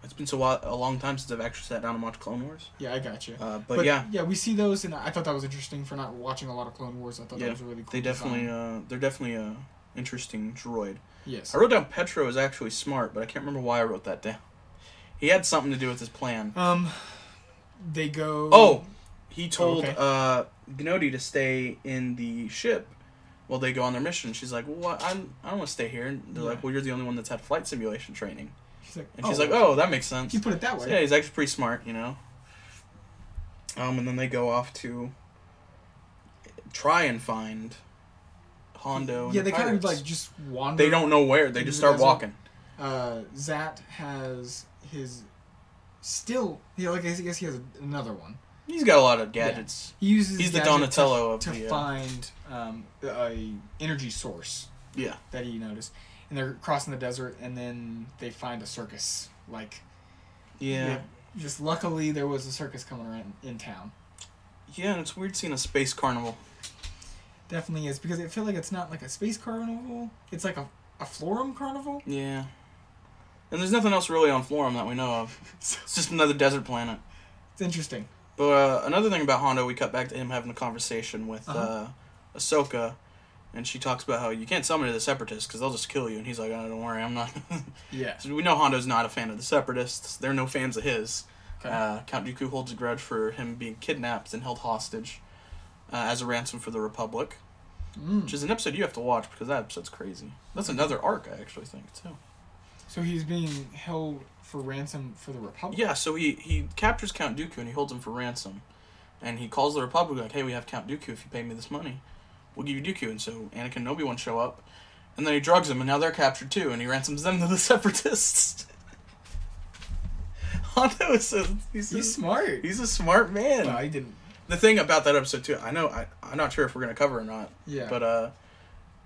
S1: It's been so while, a long time since I've actually sat down and watched Clone Wars.
S2: yeah, I got you.
S1: Uh, but, yeah,
S2: yeah, we see those, and I thought that was interesting for not watching a lot of Clone Wars. I thought
S1: Yeah,
S2: that was a really cool.
S1: they definitely
S2: design.
S1: uh, they're definitely a interesting droid.
S2: yes.
S1: I wrote down Petro is actually smart, but I can't remember why I wrote that down. He had something to do with his plan.
S2: Um, they go.
S1: Oh, He told
S2: okay.
S1: uh, Gnodi to stay in the ship while they go on their mission. She's like, "Well, I'm, I don't want to stay here." And they're
S2: Yeah.
S1: like, "Well, you're the only one that's had flight simulation training."
S2: she's like,
S1: And she's like, "Oh, that makes
S2: if
S1: sense."
S2: you put it that
S1: So,
S2: way.
S1: yeah, he's actually pretty smart, you know. Um, and then they go off to try and find Hondo. And
S2: yeah,
S1: the
S2: they kind of
S1: pirates.
S2: like Mm-hmm, just wander.
S1: they don't know where. They just
S2: Into the
S1: start walking.
S2: desert. Uh, Zat has his still. Yeah, like I guess he has another one.
S1: He's got a lot of gadgets.
S2: He uses
S1: He's the
S2: gadget to-
S1: Donatello of
S2: to,
S1: the, uh,
S2: find um, a energy source.
S1: Yeah.
S2: that he noticed, and they're crossing the desert, and then they find a circus. Like
S1: yeah.
S2: just luckily there was a circus coming around in town.
S1: Yeah, and it's weird seeing a space carnival.
S2: Definitely is because I feel like it's not like a space carnival. It's like a a florum carnival.
S1: Yeah. And there's nothing else really on Florum that we know of.
S2: So
S1: It's just another desert planet.
S2: it's interesting.
S1: But uh, another thing about Hondo, we cut back to him having a conversation with uh
S2: Uh-huh.
S1: Ahsoka, and she talks about how you can't summon to the Separatists because they'll just kill you. And he's like, oh, don't worry, I'm not.
S2: Yeah.
S1: so we know Hondo's not a fan of the Separatists. They're no fans of his.
S2: Okay.
S1: Uh, Count Dooku holds a grudge for him being kidnapped and held hostage uh, as a ransom for the Republic,
S2: Mm.
S1: which is an episode you have to watch because that episode's crazy. That's another arc, I actually think, too.
S2: So he's being held for ransom for the Republic.
S1: Yeah, so he he captures Count Dooku and he holds him for ransom, and he calls the Republic like, "Hey, we have Count Dooku. If you pay me this money, we'll give you Dooku." And so Anakin and Obi Wan show up, and then he drugs them, and now they're captured too, and he ransoms them to the Separatists. Hondo is a, he's,
S2: He's
S1: a,
S2: smart.
S1: he's a smart man.
S2: Well, he didn't.
S1: the thing about that episode too, I know I I'm not sure if we're gonna cover it or not,
S2: Yeah.
S1: but uh.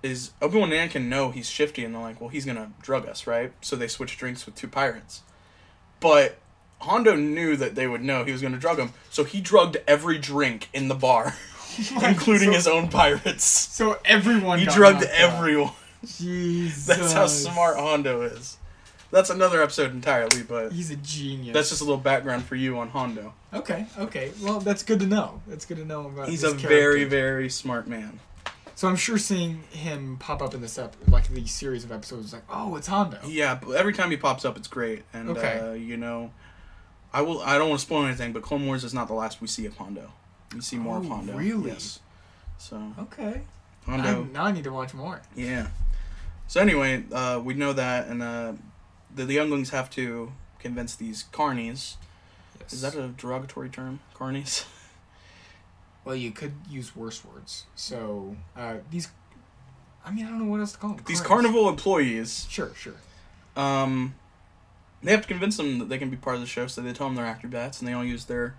S1: Is Obi Wan and Anakin know he's shifty, and they're like, "Well, he's gonna drug us, right?" So they switch drinks with two pirates, but Hondo knew that they would know he was gonna drug them, so he drugged every drink in the bar. including
S2: so,
S1: his own pirates.
S2: So everyone.
S1: He
S2: got
S1: drugged
S2: knocked out.
S1: everyone.
S2: Jesus.
S1: That's how smart Hondo is. That's another episode entirely, but
S2: He's a genius.
S1: that's just a little background for you on Hondo.
S2: Okay. Okay. Well, that's good to know. That's good to know about.
S1: He's
S2: his
S1: a very,
S2: character.
S1: very smart man.
S2: So I'm sure seeing him pop up in this ep- like these series of episodes, like, oh, it's Hondo.
S1: Yeah, but every time he pops up, it's great. And
S2: Okay.
S1: uh, you know, I will. I don't want to spoil anything, but Clone Wars is not the last we see of Hondo. We see more of
S2: Oh,
S1: Hondo.
S2: really?
S1: Yes. So
S2: Okay.
S1: Hondo.
S2: I, now I need to watch more.
S1: Yeah. So anyway, uh, we know that, and uh, the, the younglings have to convince these carnies.
S2: Yes.
S1: Is that a derogatory term? Carnies.
S2: well, you could use worse words. So uh, these, I mean, I don't know what else to call them.
S1: These
S2: Carnies.
S1: carnival employees.
S2: Sure. Sure.
S1: Um, they have to convince them that they can be part of the show, so they tell them they're acrobats, and they all use their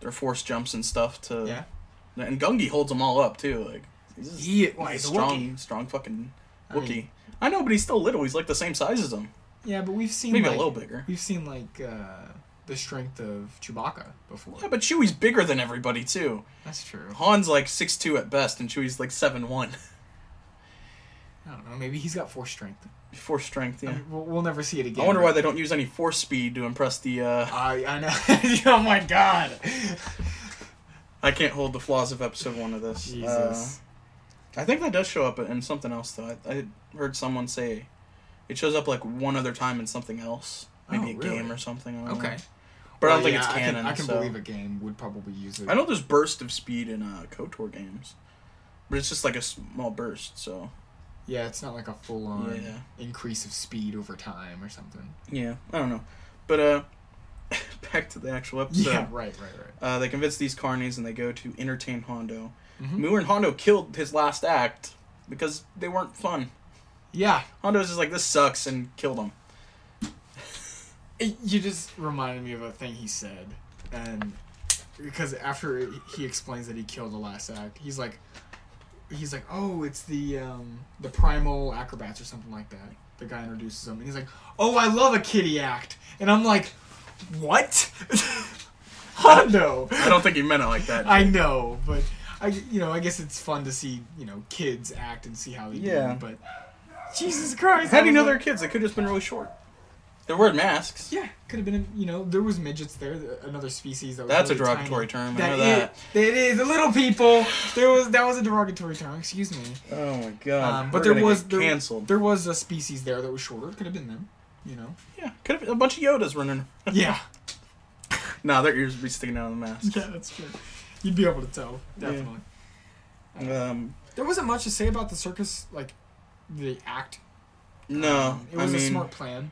S1: their force jumps and stuff to.
S2: Yeah.
S1: And Gungi holds them all up too. Like he's, just,
S2: He- well,
S1: he's
S2: he's a
S1: strong,
S2: Wookiee.
S1: strong fucking
S2: I
S1: Wookiee. I,
S2: mean-
S1: know, but he's still little. He's like the same size as them.
S2: Yeah, but we've seen
S1: Maybe a
S2: like-
S1: little bigger.
S2: We've seen like uh, the strength of Chewbacca before.
S1: Yeah, but Chewie's bigger than everybody too.
S2: That's true.
S1: Han's like six two at best, and Chewie's like seven one.
S2: I don't know. Maybe he's got force strength.
S1: Force strength, yeah.
S2: I mean, we'll, we'll never see it again.
S1: I wonder why
S2: but-
S1: they don't use any force speed to impress the. uh
S2: I I know. oh my god.
S1: I can't hold the flaws of episode one of this. Uh,
S2: Jesus.
S1: I think that does show up in something else though. I, I heard someone say it shows up like one other time in something else, maybe
S2: Oh,
S1: a
S2: really?
S1: game or something. I don't know.
S2: okay.
S1: but I don't
S2: Well,
S1: think
S2: yeah,
S1: it's
S2: I
S1: canon.
S2: can, I can
S1: so.
S2: believe a game would probably use it.
S1: I know there's burst of speed in uh, Kotor games, but it's just like a small burst. So
S2: Yeah, it's not like a full on
S1: Yeah.
S2: increase of speed over time or something.
S1: yeah, I don't know. But uh, back to the actual episode.
S2: yeah. Right. Right. Right.
S1: Uh, they convince these carnies and they go to entertain Hondo.
S2: Mhm.
S1: Moore and Hondo killed his last act because they weren't fun.
S2: Yeah.
S1: Hondo's just like, this sucks, and killed him.
S2: It- you just reminded me of a thing he said, and because after he explains that he killed the last act, he's like, he's like, oh, it's the um, the primal acrobats or something like that. The guy introduces him, and he's like, oh, I love a kitty act, and I'm like, what? Hondo.
S1: I don't think he meant it like that.
S2: I know, but I you know I guess it's fun to see you know kids act and see how they
S1: Yeah.
S2: do, but Jesus Christ!
S1: How
S2: I
S1: do you
S2: was
S1: know
S2: like-
S1: they're kids? They could have just been really short. They're wearing masks.
S2: Yeah, could have been. a- You know, there was midgets there. th- Another species that was.
S1: That's a
S2: really
S1: derogatory
S2: tiny.
S1: term, I
S2: That
S1: know
S2: is- It is the little people. There was that was a derogatory term. Excuse me.
S1: Oh my god.
S2: Um,
S1: We're
S2: but there
S1: gonna
S2: was
S1: get
S2: there,
S1: canceled.
S2: There was a species there that was shorter. Could have been them. You know.
S1: yeah, could have a bunch of Yodas running.
S2: Yeah.
S1: nah, their ears would be sticking out of the mask.
S2: yeah, that's true. You'd be able to tell
S1: Yeah.
S2: definitely.
S1: Um,
S2: There wasn't much to say about the circus, like the act.
S1: no,
S2: Um, it was
S1: I mean,
S2: a smart plan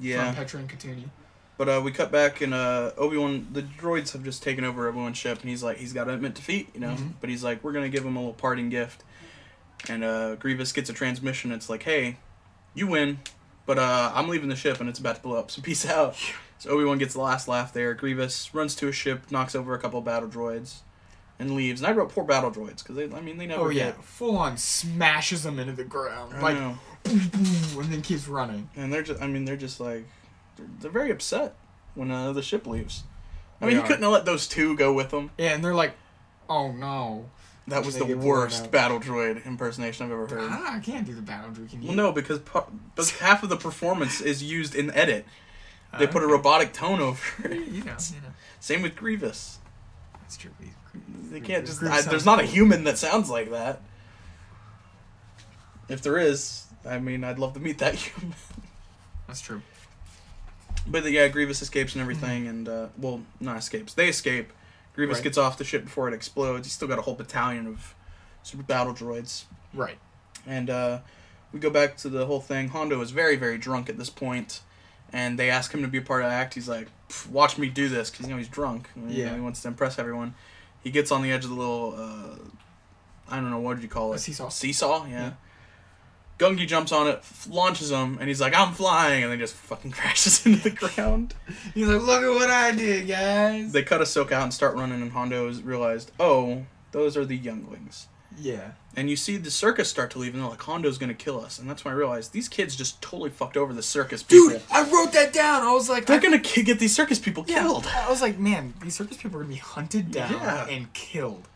S1: yeah.
S2: from Petra and Katuni.
S1: But uh, we cut back and uh, Obi Wan, the droids have just taken over Obi Wan's ship, and he's like, he's got admit defeat, you know.
S2: Mhm.
S1: But he's like, we're gonna give him a little parting gift, and uh, Grievous gets a transmission. It's like, hey, you win, but uh, I'm leaving the ship, and it's about to blow up. So peace out. So Obi Wan gets the last laugh there. Grievous runs to his ship, knocks over a couple battle droids, and leaves. And I wrote poor battle droids because they, I mean, they never.
S2: Oh yeah,
S1: get-
S2: full on smashes them into the ground,
S1: I
S2: like
S1: know.
S2: boom, boom, and then keeps running.
S1: and they're just, I mean, they're just like, they're, they're very upset when uh, the ship leaves. I mean,
S2: They
S1: he
S2: are.
S1: couldn't have let those two go with him.
S2: Yeah, and they're like, oh no.
S1: That was
S2: They
S1: the
S2: get blown
S1: worst
S2: out.
S1: battle droid impersonation I've ever heard.
S2: Ah, I can't do the battle droid. Can you?
S1: Well, no, because pa- because half of the performance is used in edit. They
S2: Uh,
S1: put a robotic tone over
S2: You know,
S1: it.
S2: you know. That's
S1: Same with Grievous.
S2: true.
S1: They can't just. I, there's not a human that sounds like that. If there is, I mean, I'd love to meet that human.
S2: That's true.
S1: But yeah, Grievous escapes and everything, and uh, well, not escapes. They escape. Grievous
S2: Right.
S1: gets off the ship before it explodes. He's still got a whole battalion of super battle droids.
S2: Right.
S1: And uh, we go back to the whole thing. Hondo is very, very drunk at this point, and they ask him to be a part of the act. He's like, "Pff, "Watch me do this," because you know he's drunk. and, you know,
S2: Yeah.
S1: he wants to impress everyone. He gets on the edge of the little, uh, I don't know what would you call
S2: A
S1: it,
S2: seesaw.
S1: Seesaw, yeah.
S2: Yeah.
S1: Gungi jumps on it, f- launches him, and he's like, "I'm flying," and then just fucking crashes into the ground.
S2: He's like, look at what I did, guys.
S1: they cut Ahsoka out and start running, and Hondo has realized, "Oh, those are the younglings."
S2: yeah.
S1: and you see the circus start to leave, and they're like, Hondo's gonna kill us. And that's when I realized these kids just totally fucked over the circus people.
S2: Dude, I wrote that down. I was like,
S1: they're
S2: I-
S1: gonna ki- get these circus people
S2: yeah,
S1: killed.
S2: I was like, man, these circus people are gonna be hunted down
S1: Yeah.
S2: and killed.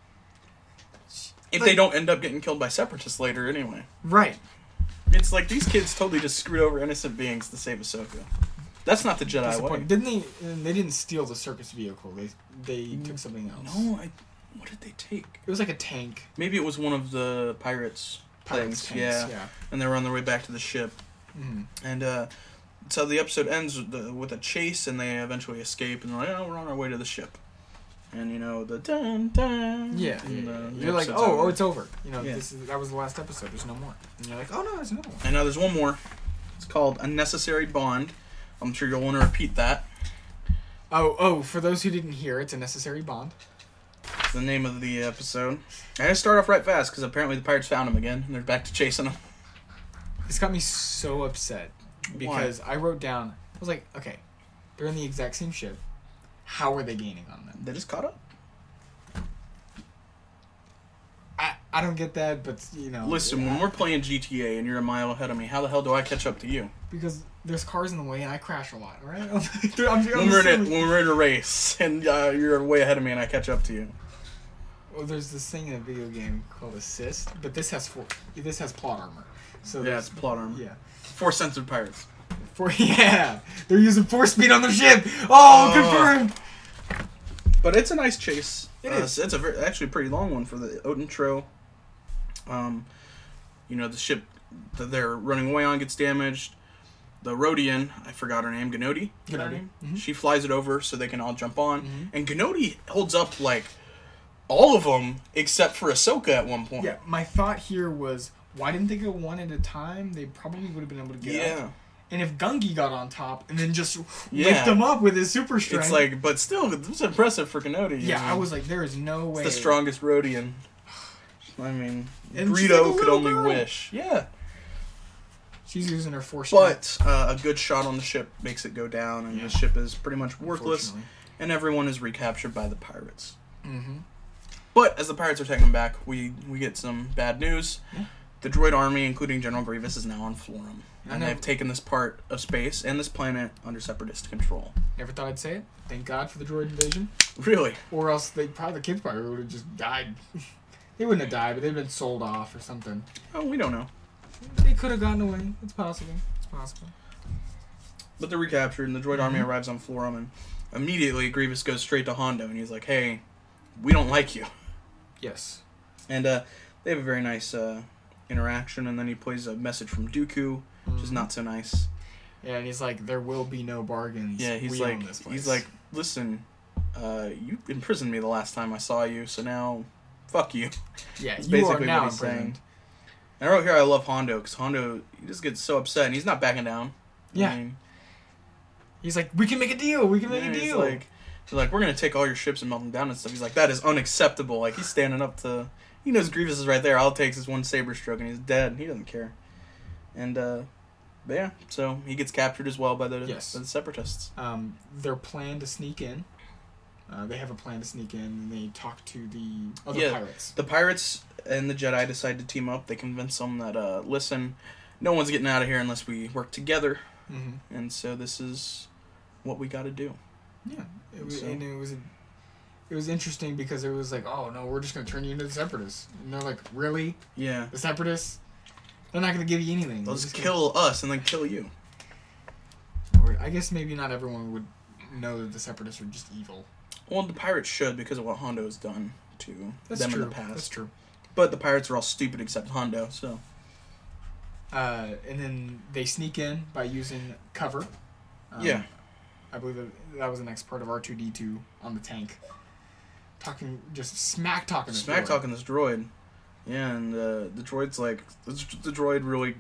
S1: If
S2: Like-
S1: they don't end up getting killed by separatists later, anyway.
S2: Right.
S1: It's like these kids totally just screwed over innocent beings to save Ahsoka. That's not the Jedi
S2: That's the point.
S1: way.
S2: Didn't they? uh, They didn't steal the circus vehicle. They they took something else.
S1: No, I. What did they take?
S2: It was like a tank.
S1: Maybe it was one of the pirates. things,
S2: Pirates tanks.
S1: yeah.
S2: Yeah.
S1: and they were on their way back to the ship.
S2: Mhm.
S1: And uh, so the episode ends with, the, with a chase, and they eventually escape, and they're like, "Oh, we're on our way to the ship." And you know the dun dun.
S2: Yeah.
S1: and,
S2: yeah, yeah.
S1: uh, the
S2: You're like,
S1: episode's
S2: oh,
S1: over.
S2: oh, it's over. You know,
S1: Yeah.
S2: this is, that was the last episode. There's no more. And you're like, oh no, there's another one.
S1: And now there's one more. It's called Unnecessary Bond. I'm sure you'll want to repeat that.
S2: Oh, oh, for those who didn't hear, it's a necessary bond.
S1: It's the name of the episode. I gotta start off right fast because apparently the pirates found him again, and they're back to chasing him.
S2: This got me so upset because I wrote down. I was like, okay, they're in the exact same ship. How are they gaining on them?
S1: They just caught up.
S2: I, I don't get that, but you know.
S1: Listen, when we're playing GTA and you're a mile ahead of me, how the hell do I catch up to you?
S2: because there's cars in the way and I crash a lot. All right. I'm, I'm
S1: When we're in a,
S2: silly.
S1: when we're in a race and uh, you're way ahead of me and I catch up to you.
S2: Well, Oh, there's this thing in a video game called assist, but this has four. This has plot armor. So
S1: Yeah, it's
S2: there's-
S1: plot armor.
S2: yeah,
S1: Four censored pirates.
S2: four. Yeah, they're using four speed on their ship. Oh,
S1: Oh.
S2: confirmed.
S1: But it's a nice chase.
S2: It
S1: uh,
S2: is.
S1: It's a very, actually a pretty long one for the Odin Trail. Um, you know the ship that they're running away on gets damaged. The Rhodian, I forgot her name, Gnodi. Is that her
S2: Gnodi. Mm-hmm.
S1: name?
S2: Mhm.
S1: She flies it over so they can all jump on, and Gnodi holds up like all of them except for Ahsoka at one point.
S2: Yeah, my thought here was, why didn't they go one at a time? They probably would have been able to get
S1: Yeah.
S2: up. And if Gungi got on top and then just
S1: Yeah.
S2: lift them up with his super strength,
S1: It's like, but still, it's impressive for Gnodi. you
S2: yeah,
S1: know?
S2: I was like, there is no way.
S1: the strongest Rhodian. I mean,
S2: And she's
S1: Greedo
S2: like a
S1: could
S2: little
S1: only
S2: girl.
S1: wish. Yeah.
S2: She's using her force. strength,
S1: But uh, a good shot on the ship makes it go down, and
S2: Yeah.
S1: the ship is pretty much worthless,
S2: unfortunately.
S1: and everyone is recaptured by the pirates.
S2: Mhm.
S1: But as the pirates are taken back, we, we get some bad news.
S2: Yeah.
S1: The droid army, including General Grievous, is now on Florum,
S2: I
S1: and
S2: know.
S1: they've taken this part of space and this planet under separatist control.
S2: Never thought I'd say it. Thank God for the droid invasion.
S1: Really?
S2: Or else they probably the kids probably would have just died. they wouldn't have died, but they'd been sold off or something.
S1: Oh, we don't know.
S2: They could have gotten away. It's possible. It's possible.
S1: But they're recaptured, and the droid
S2: Mm-hmm.
S1: army arrives on Florum, and immediately Grievous goes straight to Hondo, and he's like, "Hey, we don't like you."
S2: Yes.
S1: And uh, they have a very nice uh, interaction, and then he plays a message from Dooku, which is
S2: Mm-hmm.
S1: not so nice.
S2: Yeah, and he's like, there will be no bargains.
S1: Yeah, he's
S2: We own
S1: like,
S2: this place."
S1: he's like, listen, uh, you imprisoned me the last time I saw you, so now, fuck you.
S2: yeah,
S1: That's
S2: you
S1: basically
S2: are
S1: what
S2: now
S1: he's saying.
S2: imprisoned.
S1: And right here, I love Hondo because Hondo he just gets so upset, and he's not backing down. I
S2: Yeah.
S1: mean,
S2: He's like, we can make a deal. We can make
S1: yeah,
S2: a
S1: he's
S2: deal.
S1: like, they're like, we're gonna take all your ships and melt them down and stuff. He's like, that is unacceptable. Like he's standing up to, he knows Grievous is right there. All it takes is one saber stroke, and he's dead. He doesn't care. And uh, but yeah, so he gets captured as well by the
S2: Yes.
S1: by the separatists.
S2: um, their plan to sneak in. Uh, they have a plan to sneak in, and they talk to the other
S1: Yeah.
S2: pirates.
S1: The pirates and the Jedi decide to team up. They convince them that uh, listen, no one's getting out of here unless we work together.
S2: Mm-hmm.
S1: And so this is what we got to do.
S2: Yeah, it was,
S1: So-
S2: and it was, it was interesting because it was like, oh no, we're just gonna turn you into the separatists, and they're like, really,
S1: Yeah.
S2: the separatists? They're not gonna give you anything.
S1: They'll
S2: They're
S1: just
S2: gonna-
S1: kill us and then kill you.
S2: Or I guess maybe not everyone would know that the separatists are just evil.
S1: Well, the pirates should because of what Hondo's done to
S2: That's
S1: them
S2: true.
S1: in the past.
S2: That's true.
S1: But the pirates are all stupid except Hondo, so
S2: Uh, and then they sneak in by using cover. Um,
S1: yeah.
S2: I believe that, that was the next part of R two D two on the tank, talking just smack talking. to
S1: Smack
S2: Thor.
S1: talking this droid. Yeah, and uh, the droid's like the, the droid really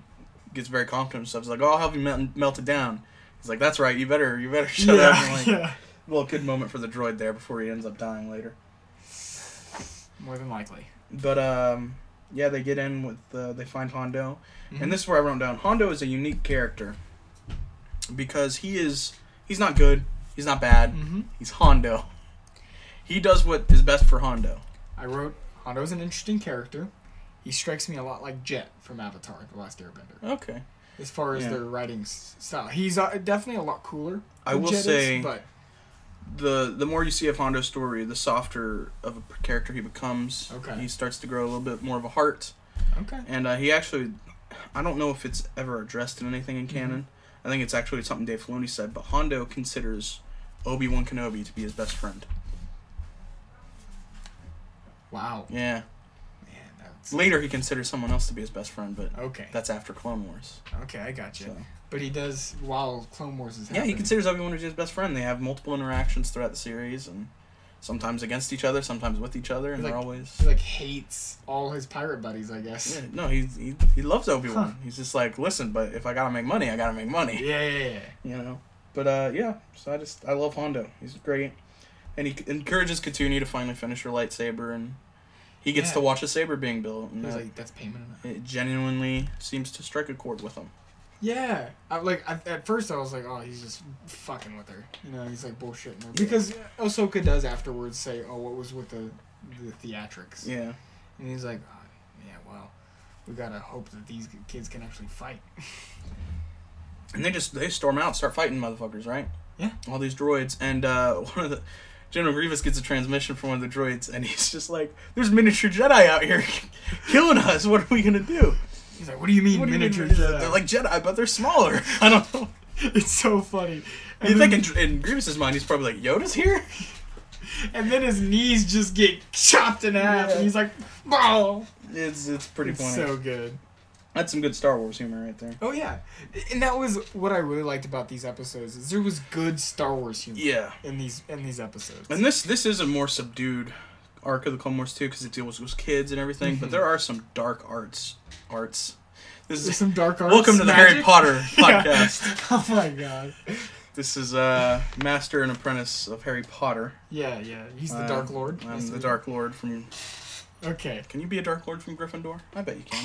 S1: gets very confident in himself. He's like, "Oh, I'll have you melt, melted down." He's like, "That's right. You better, you better shut up." And,
S2: Yeah,
S1: like,
S2: yeah.
S1: Well, good moment for the droid there before he ends up dying later.
S2: More than likely.
S1: But um, yeah, they get in with uh, they find Hondo,
S2: Mhm.
S1: and this is where I wrote down Hondo is a unique character because he is he's not good, he's not bad,
S2: Mm-hmm.
S1: he's Hondo. He does what is best for Hondo.
S2: I wrote Hondo's an interesting character. He strikes me a lot like Jet from Avatar: The Last Airbender,
S1: Okay.
S2: as far as
S1: Yeah.
S2: their writing s- style. He's uh, definitely a lot cooler.
S1: I
S2: than
S1: will
S2: Jet is,
S1: say-
S2: but
S1: the the more you see of Hondo's story, the softer of a character he becomes.
S2: Okay.
S1: He starts to grow a little bit more of a heart,
S2: Okay.
S1: and uh, he actually, I don't know if it's ever addressed in anything in canon. I think it's actually something Dave Filoni said, but Hondo considers Obi Wan Kenobi to be his best friend.
S2: Wow.
S1: Yeah.
S2: Man, that's
S1: Later, he considers someone else to be his best friend, but
S2: okay.
S1: that's after Clone Wars.
S2: Okay, I got you.
S1: So.
S2: But he does while Clone Wars is
S1: Yeah, he
S2: happening.
S1: considers Obi Wan to be his best friend. They have multiple interactions throughout the series, and sometimes against each other, sometimes with each other, and
S2: Like-
S1: they're always.
S2: He like hates all his pirate buddies, I guess.
S1: Yeah, no, he, he he loves Obi Wan. He's just like, listen, but if I gotta make money, I gotta make money.
S2: Yeah, yeah, yeah.
S1: You know. But uh, yeah, so I just I love Hondo. He's great, and he c- encourages Katuni to finally finish her lightsaber, and he gets
S2: Yeah.
S1: to watch a saber being built, and
S2: He's
S1: that-
S2: like, that's payment enough.
S1: it genuinely seems to strike a chord with him.
S2: Yeah, I, like I, at first I was like, oh, he's just fucking with her. You know, he's like bullshitting her because Ahsoka does afterwards say, oh, what was with the the theatrics?
S1: Yeah,
S2: And he's like, oh, yeah, well, we gotta hope that these kids can actually fight.
S1: and they just they storm out, start fighting motherfuckers, right?
S2: Yeah.
S1: all these droids, and uh, one of the General Grievous gets a transmission from one of the droids, and he's just like, "There's miniature Jedi out here killing us. What are we gonna do?"
S2: He's like, what do you mean
S1: What do you mean
S2: miniature?
S1: miniature?
S2: Jedi?"
S1: They're like Jedi, but they're smaller. I don't know.
S2: it's so funny. And
S1: You
S2: then-
S1: think in, in Grievous's mind, he's probably like, Yoda's here?
S2: and then his knees just get chopped in half,
S1: Yeah.
S2: and he's like, "Bro,
S1: It's it's pretty
S2: it's
S1: funny.
S2: so good."
S1: That's some good Star Wars humor right there.
S2: Oh yeah, and that was what I really liked about these episodes is there was good Star Wars humor
S1: Yeah,
S2: in these in these episodes.
S1: and this this is a more subdued arc of the Clone Wars too, because it deals with kids and everything. But
S2: Mhm.
S1: there are some dark arts arts. This
S2: There's
S1: is
S2: some dark arts.
S1: welcome to the Harry
S2: magic.
S1: Potter
S2: Yeah.
S1: podcast.
S2: Oh my god.
S1: This is uh, Master and Apprentice of Harry Potter.
S2: Yeah, yeah. He's the
S1: Um,
S2: Dark Lord.
S1: I'm
S2: Yes,
S1: the
S2: he-
S1: Dark Lord from.
S2: Okay.
S1: Can you be a Dark Lord from Gryffindor? I bet you can.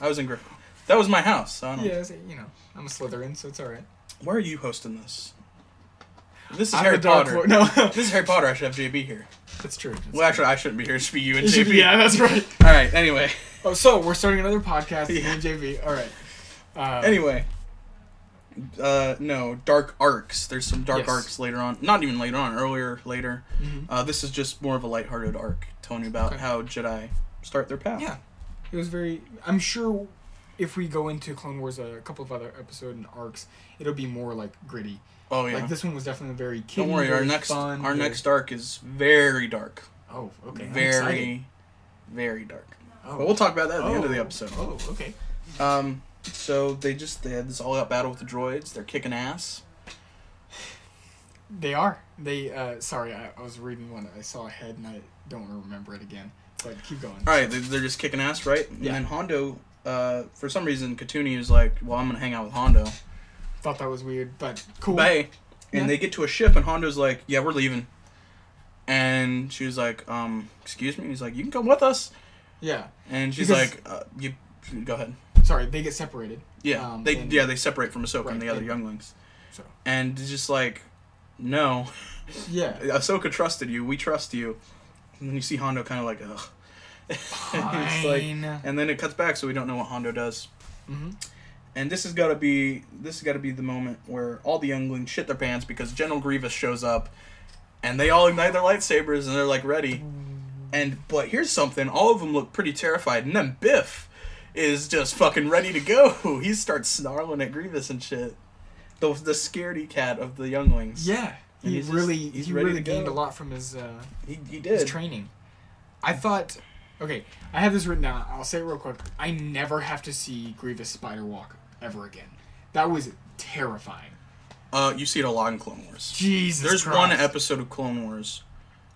S1: I was in Gryffindor. That was my house. So I don't
S2: Yeah, so, you know, I'm a Slytherin, so it's all right.
S1: Where are you hosting this? This is
S2: I'm
S1: Harry
S2: the Dark
S1: Potter.
S2: Lord. No,
S1: This is Harry Potter. I should have JB here.
S2: that's true. That's
S1: Well, actually, I shouldn't be here. It should be you and
S2: true.
S1: JB.
S2: yeah, that's right.
S1: All right. Anyway.
S2: Oh, so we're starting another podcast.
S1: Yeah.
S2: Yeah. JV. All right. Uh,
S1: Anyway. Uh, no, dark arcs. There's some dark
S2: Yes.
S1: arcs later on. Not even later on. Earlier, later.
S2: mhm.
S1: Uh, this is just more of a lighthearted arc, telling you about
S2: Okay.
S1: how Jedi start their path.
S2: Yeah. It was very. I'm sure if we go into Clone Wars, uh, a couple of other episode and arcs, it'll be more like gritty.
S1: Oh yeah.
S2: Like this one was definitely very kid.
S1: Don't worry. Our next
S2: fun,
S1: our
S2: very-
S1: next arc is very dark.
S2: Oh, okay. I'm excited.
S1: very, very dark.
S2: Oh.
S1: But we'll talk about that at the end of the
S2: Oh,
S1: episode.
S2: Oh, okay.
S1: Um, so they just they had this all out battle with the droids. They're kicking ass.
S2: They are. They. uh Sorry, I, I was reading one. I saw a head, and I don't remember it again. But keep going.
S1: All right, they- they're just kicking ass, right? And
S2: Yeah.
S1: then Hondo, uh, for some reason, Katuni is like, "Well, I'm gonna hang out with Hondo."
S2: Thought that was weird, but cool.
S1: Bye. And
S2: Yeah.
S1: they get to a ship, and Hondo's like, "Yeah, we're leaving." And she was like, um, "Excuse me." And he's like, "You can come with us."
S2: Yeah.
S1: And she's
S2: Because-
S1: like, uh, "You go ahead."
S2: Sorry, they get separated.
S1: Yeah,
S2: Um,
S1: they
S2: and-
S1: yeah they separate from Ahsoka
S2: Right,
S1: and the other
S2: and-
S1: younglings,
S2: So.
S1: and it's just like, no.
S2: Yeah.
S1: Ahsoka trusted you. We trust you. And then you see Hondo kind of like, ugh. And it's like-
S2: Fine.
S1: and then it cuts back, so we don't know what Hondo does.
S2: hmm
S1: And this has got to be this has got to be the moment where all the younglings shit their pants because General Grievous shows up, and they all ignite their lightsabers and they're like ready. And but here's something: all of them look pretty terrified, and then Biff is just fucking ready to go. He starts snarling at Grievous and shit. The the scaredy cat of the younglings.
S2: Yeah.
S1: And
S2: He
S1: he's just-
S2: really.
S1: he's
S2: he
S1: ready
S2: really
S1: to
S2: gained
S1: go.
S2: a lot from his. uh
S1: he, he
S2: His
S1: did.
S2: training. I thought. Okay, I have this written down. I'll say it real quick. I never have to see Grievous spider walk ever again. That was terrifying.
S1: uh, you see it a lot in Clone Wars.
S2: Jesus.
S1: There's
S2: Christ.
S1: one episode of Clone Wars.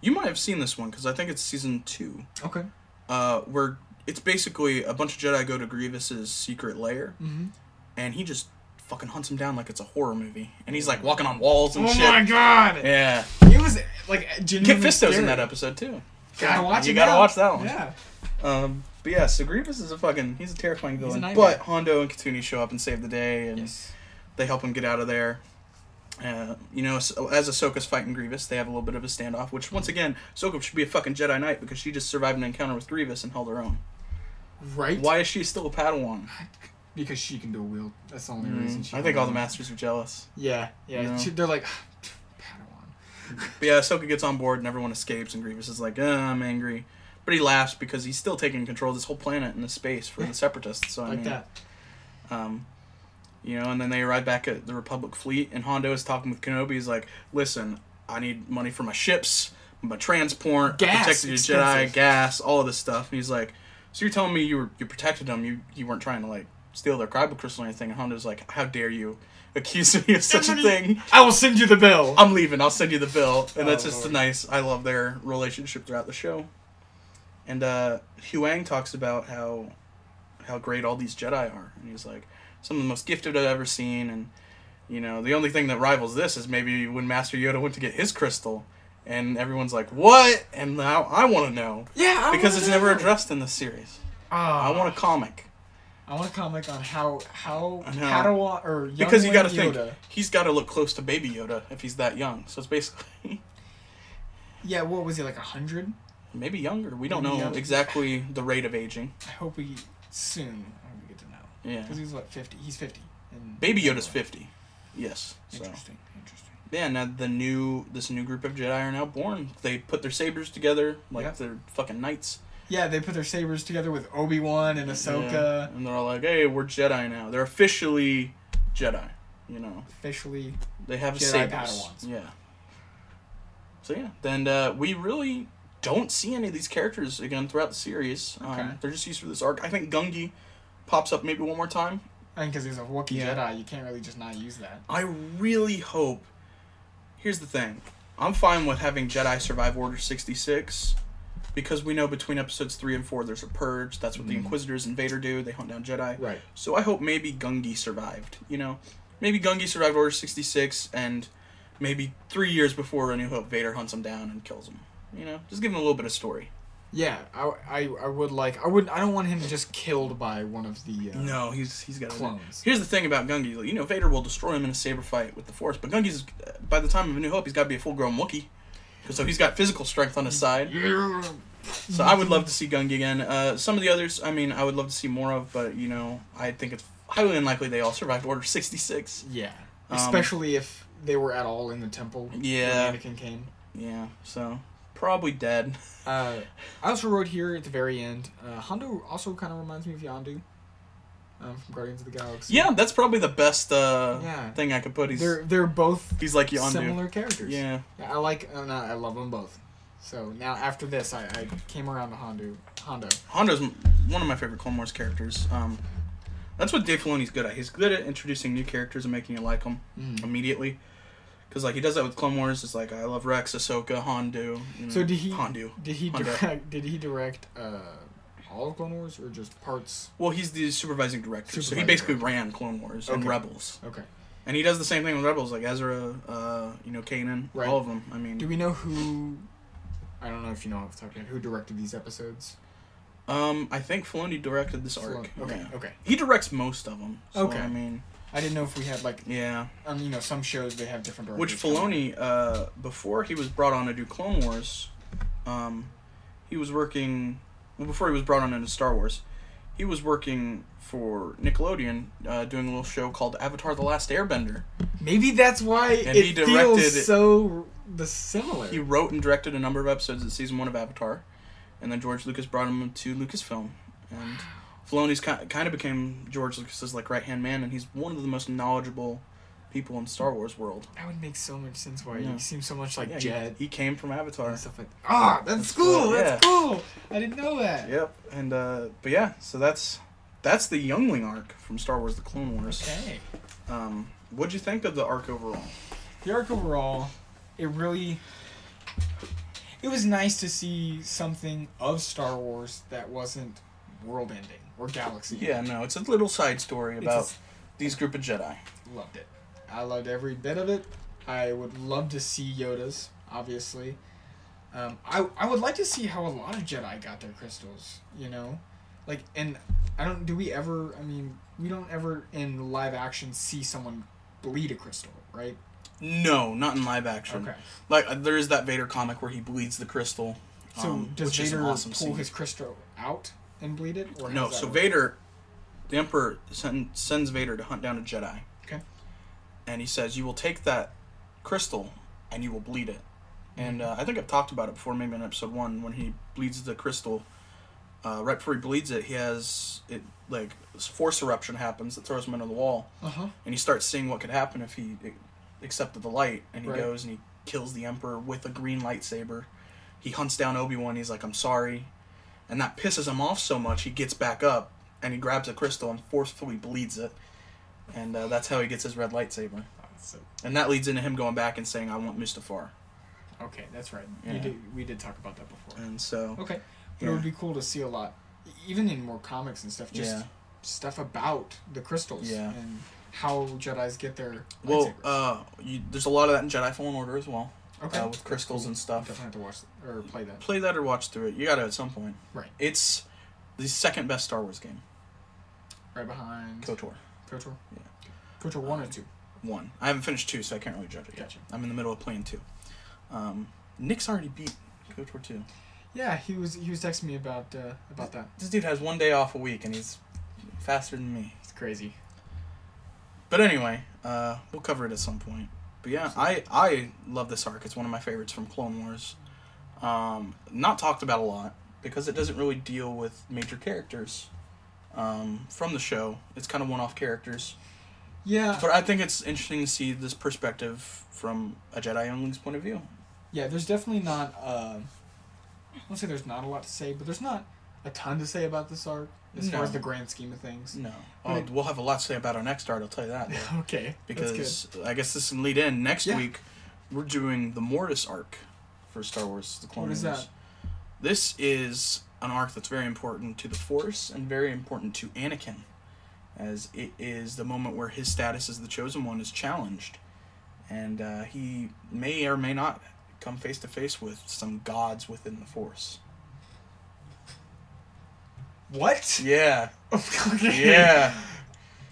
S1: You might have seen this one because I think it's season two,
S2: Okay.
S1: uh, where it's basically a bunch of Jedi go to Grievous's secret lair,
S2: Mm-hmm.
S1: and he just fucking hunts him down like it's a horror movie, and he's like walking on walls and shit.
S2: Oh god!
S1: Yeah,
S2: It was like
S1: Kit
S2: genuinely.
S1: Fisto's
S2: scary.
S1: in that episode too.
S2: Gotta watch
S1: You
S2: it.
S1: gotta
S2: now.
S1: watch that one.
S2: Yeah.
S1: Um, but yeah, so Grievous is a fucking he's a terrifying villain.
S2: nightmare.
S1: but Hondo and Katuni show up and save the day, and
S2: Yes.
S1: they help him get out of there. Uh, you know, so as Ahsoka's fighting Grievous, they have a little bit of a standoff. Which,
S2: Mm-hmm.
S1: once again, Ahsoka should be a fucking Jedi Knight because she just survived an encounter with Grievous and held her own.
S2: Right.
S1: Why is she still a Padawan?
S2: Because she can do a wield. That's the only reason.
S1: Mm,
S2: She
S1: I
S2: can
S1: think all the
S2: wield.
S1: masters are jealous.
S2: Yeah. Yeah.
S1: No.
S2: She, they're like Padawan.
S1: But yeah, Ahsoka gets on board and everyone escapes, and Grievous is like, uh, I'm angry. But he laughs because he's still taking control of this whole planet and the space for the Separatists. So I
S2: like
S1: mean,
S2: that.
S1: Um, you know, and then they arrive back at the Republic fleet, and Hondo is talking with Kenobi. He's like, "Listen, I need money for my ships, my transport,
S2: Gas,
S1: protected the Jedi,
S2: expensive.
S1: gas, all of this stuff." And he's like, "So you're telling me you were you protected them? You you weren't trying to like steal their kyber crystal or anything?" And Hondo's like, "How dare you accuse me of such a thing? Uh,
S2: I will send you the bill.
S1: I'm leaving. I'll send you the bill." And that's
S2: Oh,
S1: just a
S2: Lord.
S1: nice. I love their relationship throughout the show. And uh, Huang talks about how how great all these Jedi are, and he's like some of the most gifted I've ever seen. And you know, the only thing that rivals this is maybe when Master Yoda went to get his crystal, and everyone's like, "What?" And now I want to know
S2: yeah, I
S1: because
S2: wanna
S1: it's
S2: know.
S1: never addressed in this series. I
S2: Ah,
S1: want a comic
S2: I want to comment on how how
S1: I know.
S2: Padawan or young
S1: because you got to
S2: Yoda.
S1: think he's got to look close to Baby Yoda if he's that young. So it's basically
S2: Yeah, what was he like? a hundred?
S1: maybe younger. We don't
S2: Maybe
S1: know
S2: younger.
S1: exactly the rate of aging.
S2: I hope we soon I hope we get to know
S1: Yeah,
S2: because he's what fifty. He's fifty. And
S1: Baby Yoda's fifty. Yes. So.
S2: Interesting. Interesting.
S1: Yeah, now the new this new group of Jedi are now born. They put their sabers together like
S2: Yeah.
S1: they're fucking knights.
S2: Yeah, they put their sabers together with Obi Wan and Ahsoka.
S1: Yeah, And they're all like, "Hey, we're Jedi now. They're officially Jedi. You know,
S2: Officially,
S1: they have
S2: Jedi
S1: sabers.
S2: Padawans.
S1: Yeah. So yeah, then uh, we really don't see any of these characters again throughout the series.
S2: Okay.
S1: Um, they're just used for this arc. I think Gungi pops up maybe one more time.
S2: I mean, because he's a Wookiee
S1: Yeah.
S2: Jedi, you can't really just not use that.
S1: I really hope. Here's the thing. I'm fine with having Jedi survive Order 66 because we know between episodes 3 and 4 there's a purge. That's what the
S2: Mm.
S1: Inquisitors and Vader do. They hunt down Jedi.
S2: Right.
S1: So I hope maybe Gungi survived, you know? Maybe Gungi survived Order 66 and maybe 3 years before A New Hope Vader hunts him down and kills him. You know, just give him a little bit of story.
S2: Yeah, I, I, I would like I would I don't want him just killed by one of the uh,
S1: No, he's he's got
S2: clones.
S1: Here's the thing about Gungi, like, you know, Vader will destroy him in a saber fight with the Force, but Gungi's by the time of A New Hope, he's got to be a full-grown Wookiee, so he's got physical strength on his side. So I would love to see Gungi again. Uh, some of the others, I mean, I would love to see more of, but you know, I think it's highly unlikely they all survived Order sixty six.
S2: Yeah,
S1: Um,
S2: especially if they were at all in the temple.
S1: Yeah.
S2: when Anakin came.
S1: Yeah, so probably dead.
S2: Uh, I also wrote here at the very end. Uh, Hondo also kind of reminds me of Yondu um, from Guardians of the Galaxy.
S1: Yeah, that's probably the best uh,
S2: Yeah.
S1: thing I could put. He's
S2: they're they're both
S1: he's like Yondu.
S2: similar characters.
S1: Yeah,
S2: I like and I I love them both. So now after this, I, I came around to Hondo. Hondo.
S1: Hondo's m- one of my favorite Clone Wars characters. Um, that's what Dave Filoni's good at. He's good at introducing new characters and making you like them.
S2: Mm.
S1: immediately. Because like he does that with Clone Wars, it's like I love Rex, Ahsoka, Hondo. You know,
S2: So did he-
S1: Hondo.
S2: Did he
S1: Hondo.
S2: direct? Did he direct uh, all of Clone Wars or just parts?
S1: Well, he's the supervising director, so he
S2: Supervising
S1: basically ran Clone Wars and
S2: Okay.
S1: Rebels,
S2: Okay.
S1: and he does the same thing with Rebels, like Ezra, uh, you know, Kanan,
S2: Right.
S1: all of them. I mean,
S2: Do we know who? I don't know if you know off the top of your head who directed these episodes.
S1: um, I think Filoni directed this arc.
S2: Okay.
S1: yeah.
S2: Okay.
S1: He directs most of them. So,
S2: Okay.
S1: I mean,
S2: I didn't know if we had like
S1: yeah.
S2: um, you know some shows they have different directors.
S1: Which Filoni, uh, before he was brought on to do Clone Wars, um, he was working. Well, before he was brought on into Star Wars, he was working for Nickelodeon, uh, doing a little show called Avatar: The Last Airbender.
S2: Maybe that's why
S1: And
S2: it
S1: he directed-
S2: feels so the similar.
S1: He wrote and directed a number of episodes of season one of Avatar, and then George Lucas brought him to Lucasfilm, and Filoni's ki- kind of became George Lucas's like right hand man, and he's one of the most knowledgeable people in Star Wars world.
S2: that would make so much sense why
S1: Yeah.
S2: he seems so much like
S1: Yeah, he-
S2: Jed
S1: he came from Avatar.
S2: and stuff like. Ah, that's,
S1: That's
S2: cool.
S1: cool,
S2: That's cool. I didn't know that.
S1: Yep, and uh, but yeah, so that's that's the Youngling arc from Star Wars: The Clone Wars.
S2: Okay.
S1: Um, what'd you think of the arc overall?
S2: the arc overall, it really it was nice to see something of Star Wars that wasn't world ending or galaxy.
S1: Yeah, no, it's a little side story
S2: It's
S1: about
S2: just-
S1: these group of Jedi.
S2: loved it. I loved every bit of it. I would love to see Yoda's, obviously. Um, I I would like to see how a lot of Jedi got their crystals. You know, like and I don't. Do we ever? I mean, we don't ever in live action see someone bleed a crystal, right? Um,
S1: No, not in live action.
S2: Okay.
S1: Like uh, there is that Vader comic where he bleeds the crystal.
S2: So
S1: um,
S2: does
S1: which is an
S2: Vader
S1: awesome
S2: pull
S1: scene.
S2: his crystal out and bleed it? Or how
S1: No,
S2: does that
S1: so
S2: work?
S1: Vader, the Emperor send, sends Vader to hunt down a Jedi.
S2: Okay.
S1: And he says, "You will take that crystal, and you will bleed it." and uh, I think I've talked about it before, maybe in episode one, when he bleeds the crystal. Uh, right before he bleeds it, he has it like this force eruption happens that throws him into the wall,
S2: Uh huh.
S1: and he starts seeing what could happen if he ac- accepted the light, and he
S2: Right.
S1: goes and he kills the emperor with a green lightsaber. He hunts down Obi Wan. He's like, "I'm sorry," and that pisses him off so much he gets back up and he grabs a crystal and forcefully bleeds it, and uh, that's how he gets his red lightsaber.
S2: So
S1: And that leads into him going back and saying, "I want Mustafar."
S2: okay, that's right.
S1: Yeah.
S2: We did we did talk about that before.
S1: And so,
S2: Okay, but it
S1: Yeah.
S2: would be cool to see a lot, e- even in more comics and stuff. Just
S1: Yeah.
S2: stuff about the crystals
S1: Yeah.
S2: and how Jedi's get their
S1: well,
S2: lightsabers.
S1: uh, you, there's a lot of that in Jedi Fallen Order as well,
S2: okay,
S1: uh, with crystals and
S2: I'll
S1: stuff.
S2: definitely have to watch th- or play that.
S1: Play that or watch through it. You got to at some point.
S2: Right.
S1: It's the second best Star Wars game,
S2: Right behind
S1: KOTOR
S2: Kotor.
S1: Yeah. Um,
S2: Kotor one or two.
S1: one. I haven't finished two, so I can't really judge it yet.
S2: Gotcha.
S1: I'm in the middle of playing two. Um, Nick's already beat KOTOR two.
S2: Yeah, he was he was texting me about uh, about that.
S1: This dude has one day off a week, and he's faster than me.
S2: It's crazy.
S1: But anyway, uh, we'll cover it at some point. But yeah, I, I love this arc. It's one of my favorites from Clone Wars. Um, not talked about a lot because it doesn't really deal with major characters um, from the show. It's kind of one off characters.
S2: Yeah,
S1: But I think it's interesting to see this perspective from a Jedi youngling's point of view.
S2: yeah. There's definitely not. Uh, I won't say there's not a lot to say, but there's not a ton to say about this arc as
S1: No.
S2: far as the grand scheme of things.
S1: No. Oh,
S2: Right.
S1: we'll have a lot to say about our next art, I'll tell you that.
S2: okay, that's
S1: Because I guess this can lead in. Next
S2: Yeah.
S1: week, we're doing the Mortis arc for Star Wars The Clone
S2: What is
S1: Wars.
S2: that?
S1: This is an arc that's very important to the Force and very important to Anakin, as it is the moment where his status as the Chosen One is challenged. And uh, he may or may not come face to face with some gods within the Force.
S2: good. What?
S1: Yeah,
S2: okay.
S1: yeah.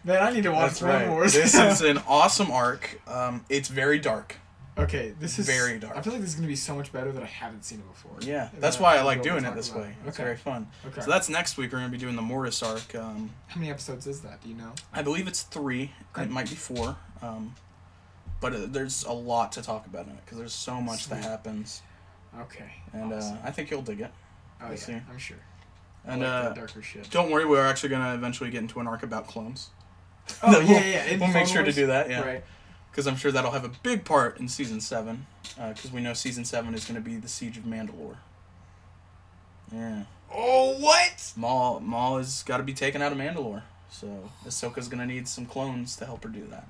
S2: Man, I need to watch
S1: That's
S2: Clone
S1: right.
S2: Wars.
S1: This is an awesome arc. Um, it's very dark.
S2: okay. This is
S1: very dark.
S2: I feel like this is gonna be so much better that I haven't seen it before.
S1: Yeah,
S2: And
S1: that's
S2: then
S1: why I
S2: can
S1: like
S2: go and
S1: doing it
S2: talk
S1: this
S2: about
S1: way. It's
S2: Okay.
S1: very fun.
S2: okay.
S1: So that's next week. We're gonna be doing the Mortis arc. Um,
S2: How many episodes is that? Do you know?
S1: I believe it's three.
S2: Okay.
S1: It might be four. Um, but uh, there's a lot to talk about in it because there's so much that
S2: Sweet.
S1: happens,
S2: Okay.
S1: and
S2: Awesome.
S1: uh, I think you'll dig it.
S2: oh,
S1: we'll
S2: yeah,
S1: see.
S2: I'm sure. I
S1: And
S2: like
S1: uh,
S2: that darker shit.
S1: don't worry, we're actually gonna eventually get into an arc about clones.
S2: Oh
S1: We'll-
S2: yeah, yeah. in
S1: We'll make
S2: Clone
S1: sure to
S2: Wars?
S1: do that. Yeah,
S2: Right.
S1: because I'm sure that'll have a big part in season seven. Because we know season seven is gonna be the siege of Mandalore. Yeah,
S2: Oh what?
S1: Maul Maul has got to be taken out of Mandalore. So Ahsoka's gonna need some clones to help her do that.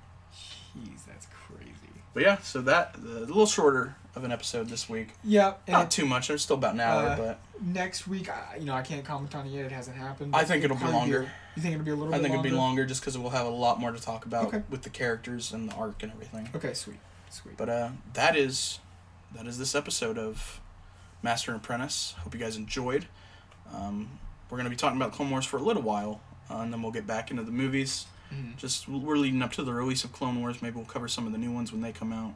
S2: Jeez, that's crazy.
S1: But yeah, so that uh, a little shorter of an episode this week.
S2: Yeah, and
S1: Not too much. There's still about an hour,
S2: Uh,
S1: but
S2: next week, I, you know, I can't comment on it yet. It hasn't happened.
S1: I
S2: but
S1: think it'll be
S2: probably
S1: longer.
S2: you think it'll be a little
S1: I
S2: bit
S1: think it'll be
S2: longer?
S1: longer just because we'll have a lot more to talk about
S2: Okay.
S1: with the characters and the arc and everything.
S2: Okay, sweet. Sweet.
S1: But uh, that is that is this episode of Master and Apprentice. Hope you guys enjoyed. Um, we're gonna be talking about Clone Wars for a little while, uh, and then we'll get back into the movies.
S2: Mhm.
S1: Just we're leading up to the release of Clone Wars. Maybe we'll cover some of the new ones when they come out,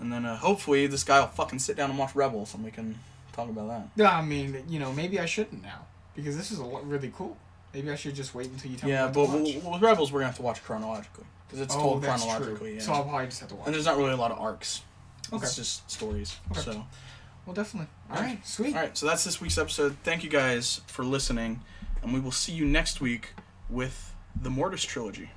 S1: and then uh, hopefully this guy will fucking sit down and watch Rebels, and we can talk about that.
S2: No, I mean, you know, maybe I shouldn't now because this is a lot really cool. Maybe I should just wait until you tell
S1: yeah,
S2: me.
S1: but
S2: what to
S1: we'll,
S2: watch.
S1: with Rebels, we're gonna have to watch chronologically because it's
S2: oh,
S1: told
S2: that's
S1: chronologically.
S2: True.
S1: Yeah,
S2: So I'll probably just have to
S1: and
S2: watch. it.
S1: there's not really a lot of arcs.
S2: Okay.
S1: It's just stories.
S2: Okay.
S1: So.
S2: Well, definitely. All
S1: All
S2: right,
S1: right.
S2: sweet.
S1: All right, so that's this week's episode. Thank you guys for listening, and we will see you next week with the Mortis trilogy.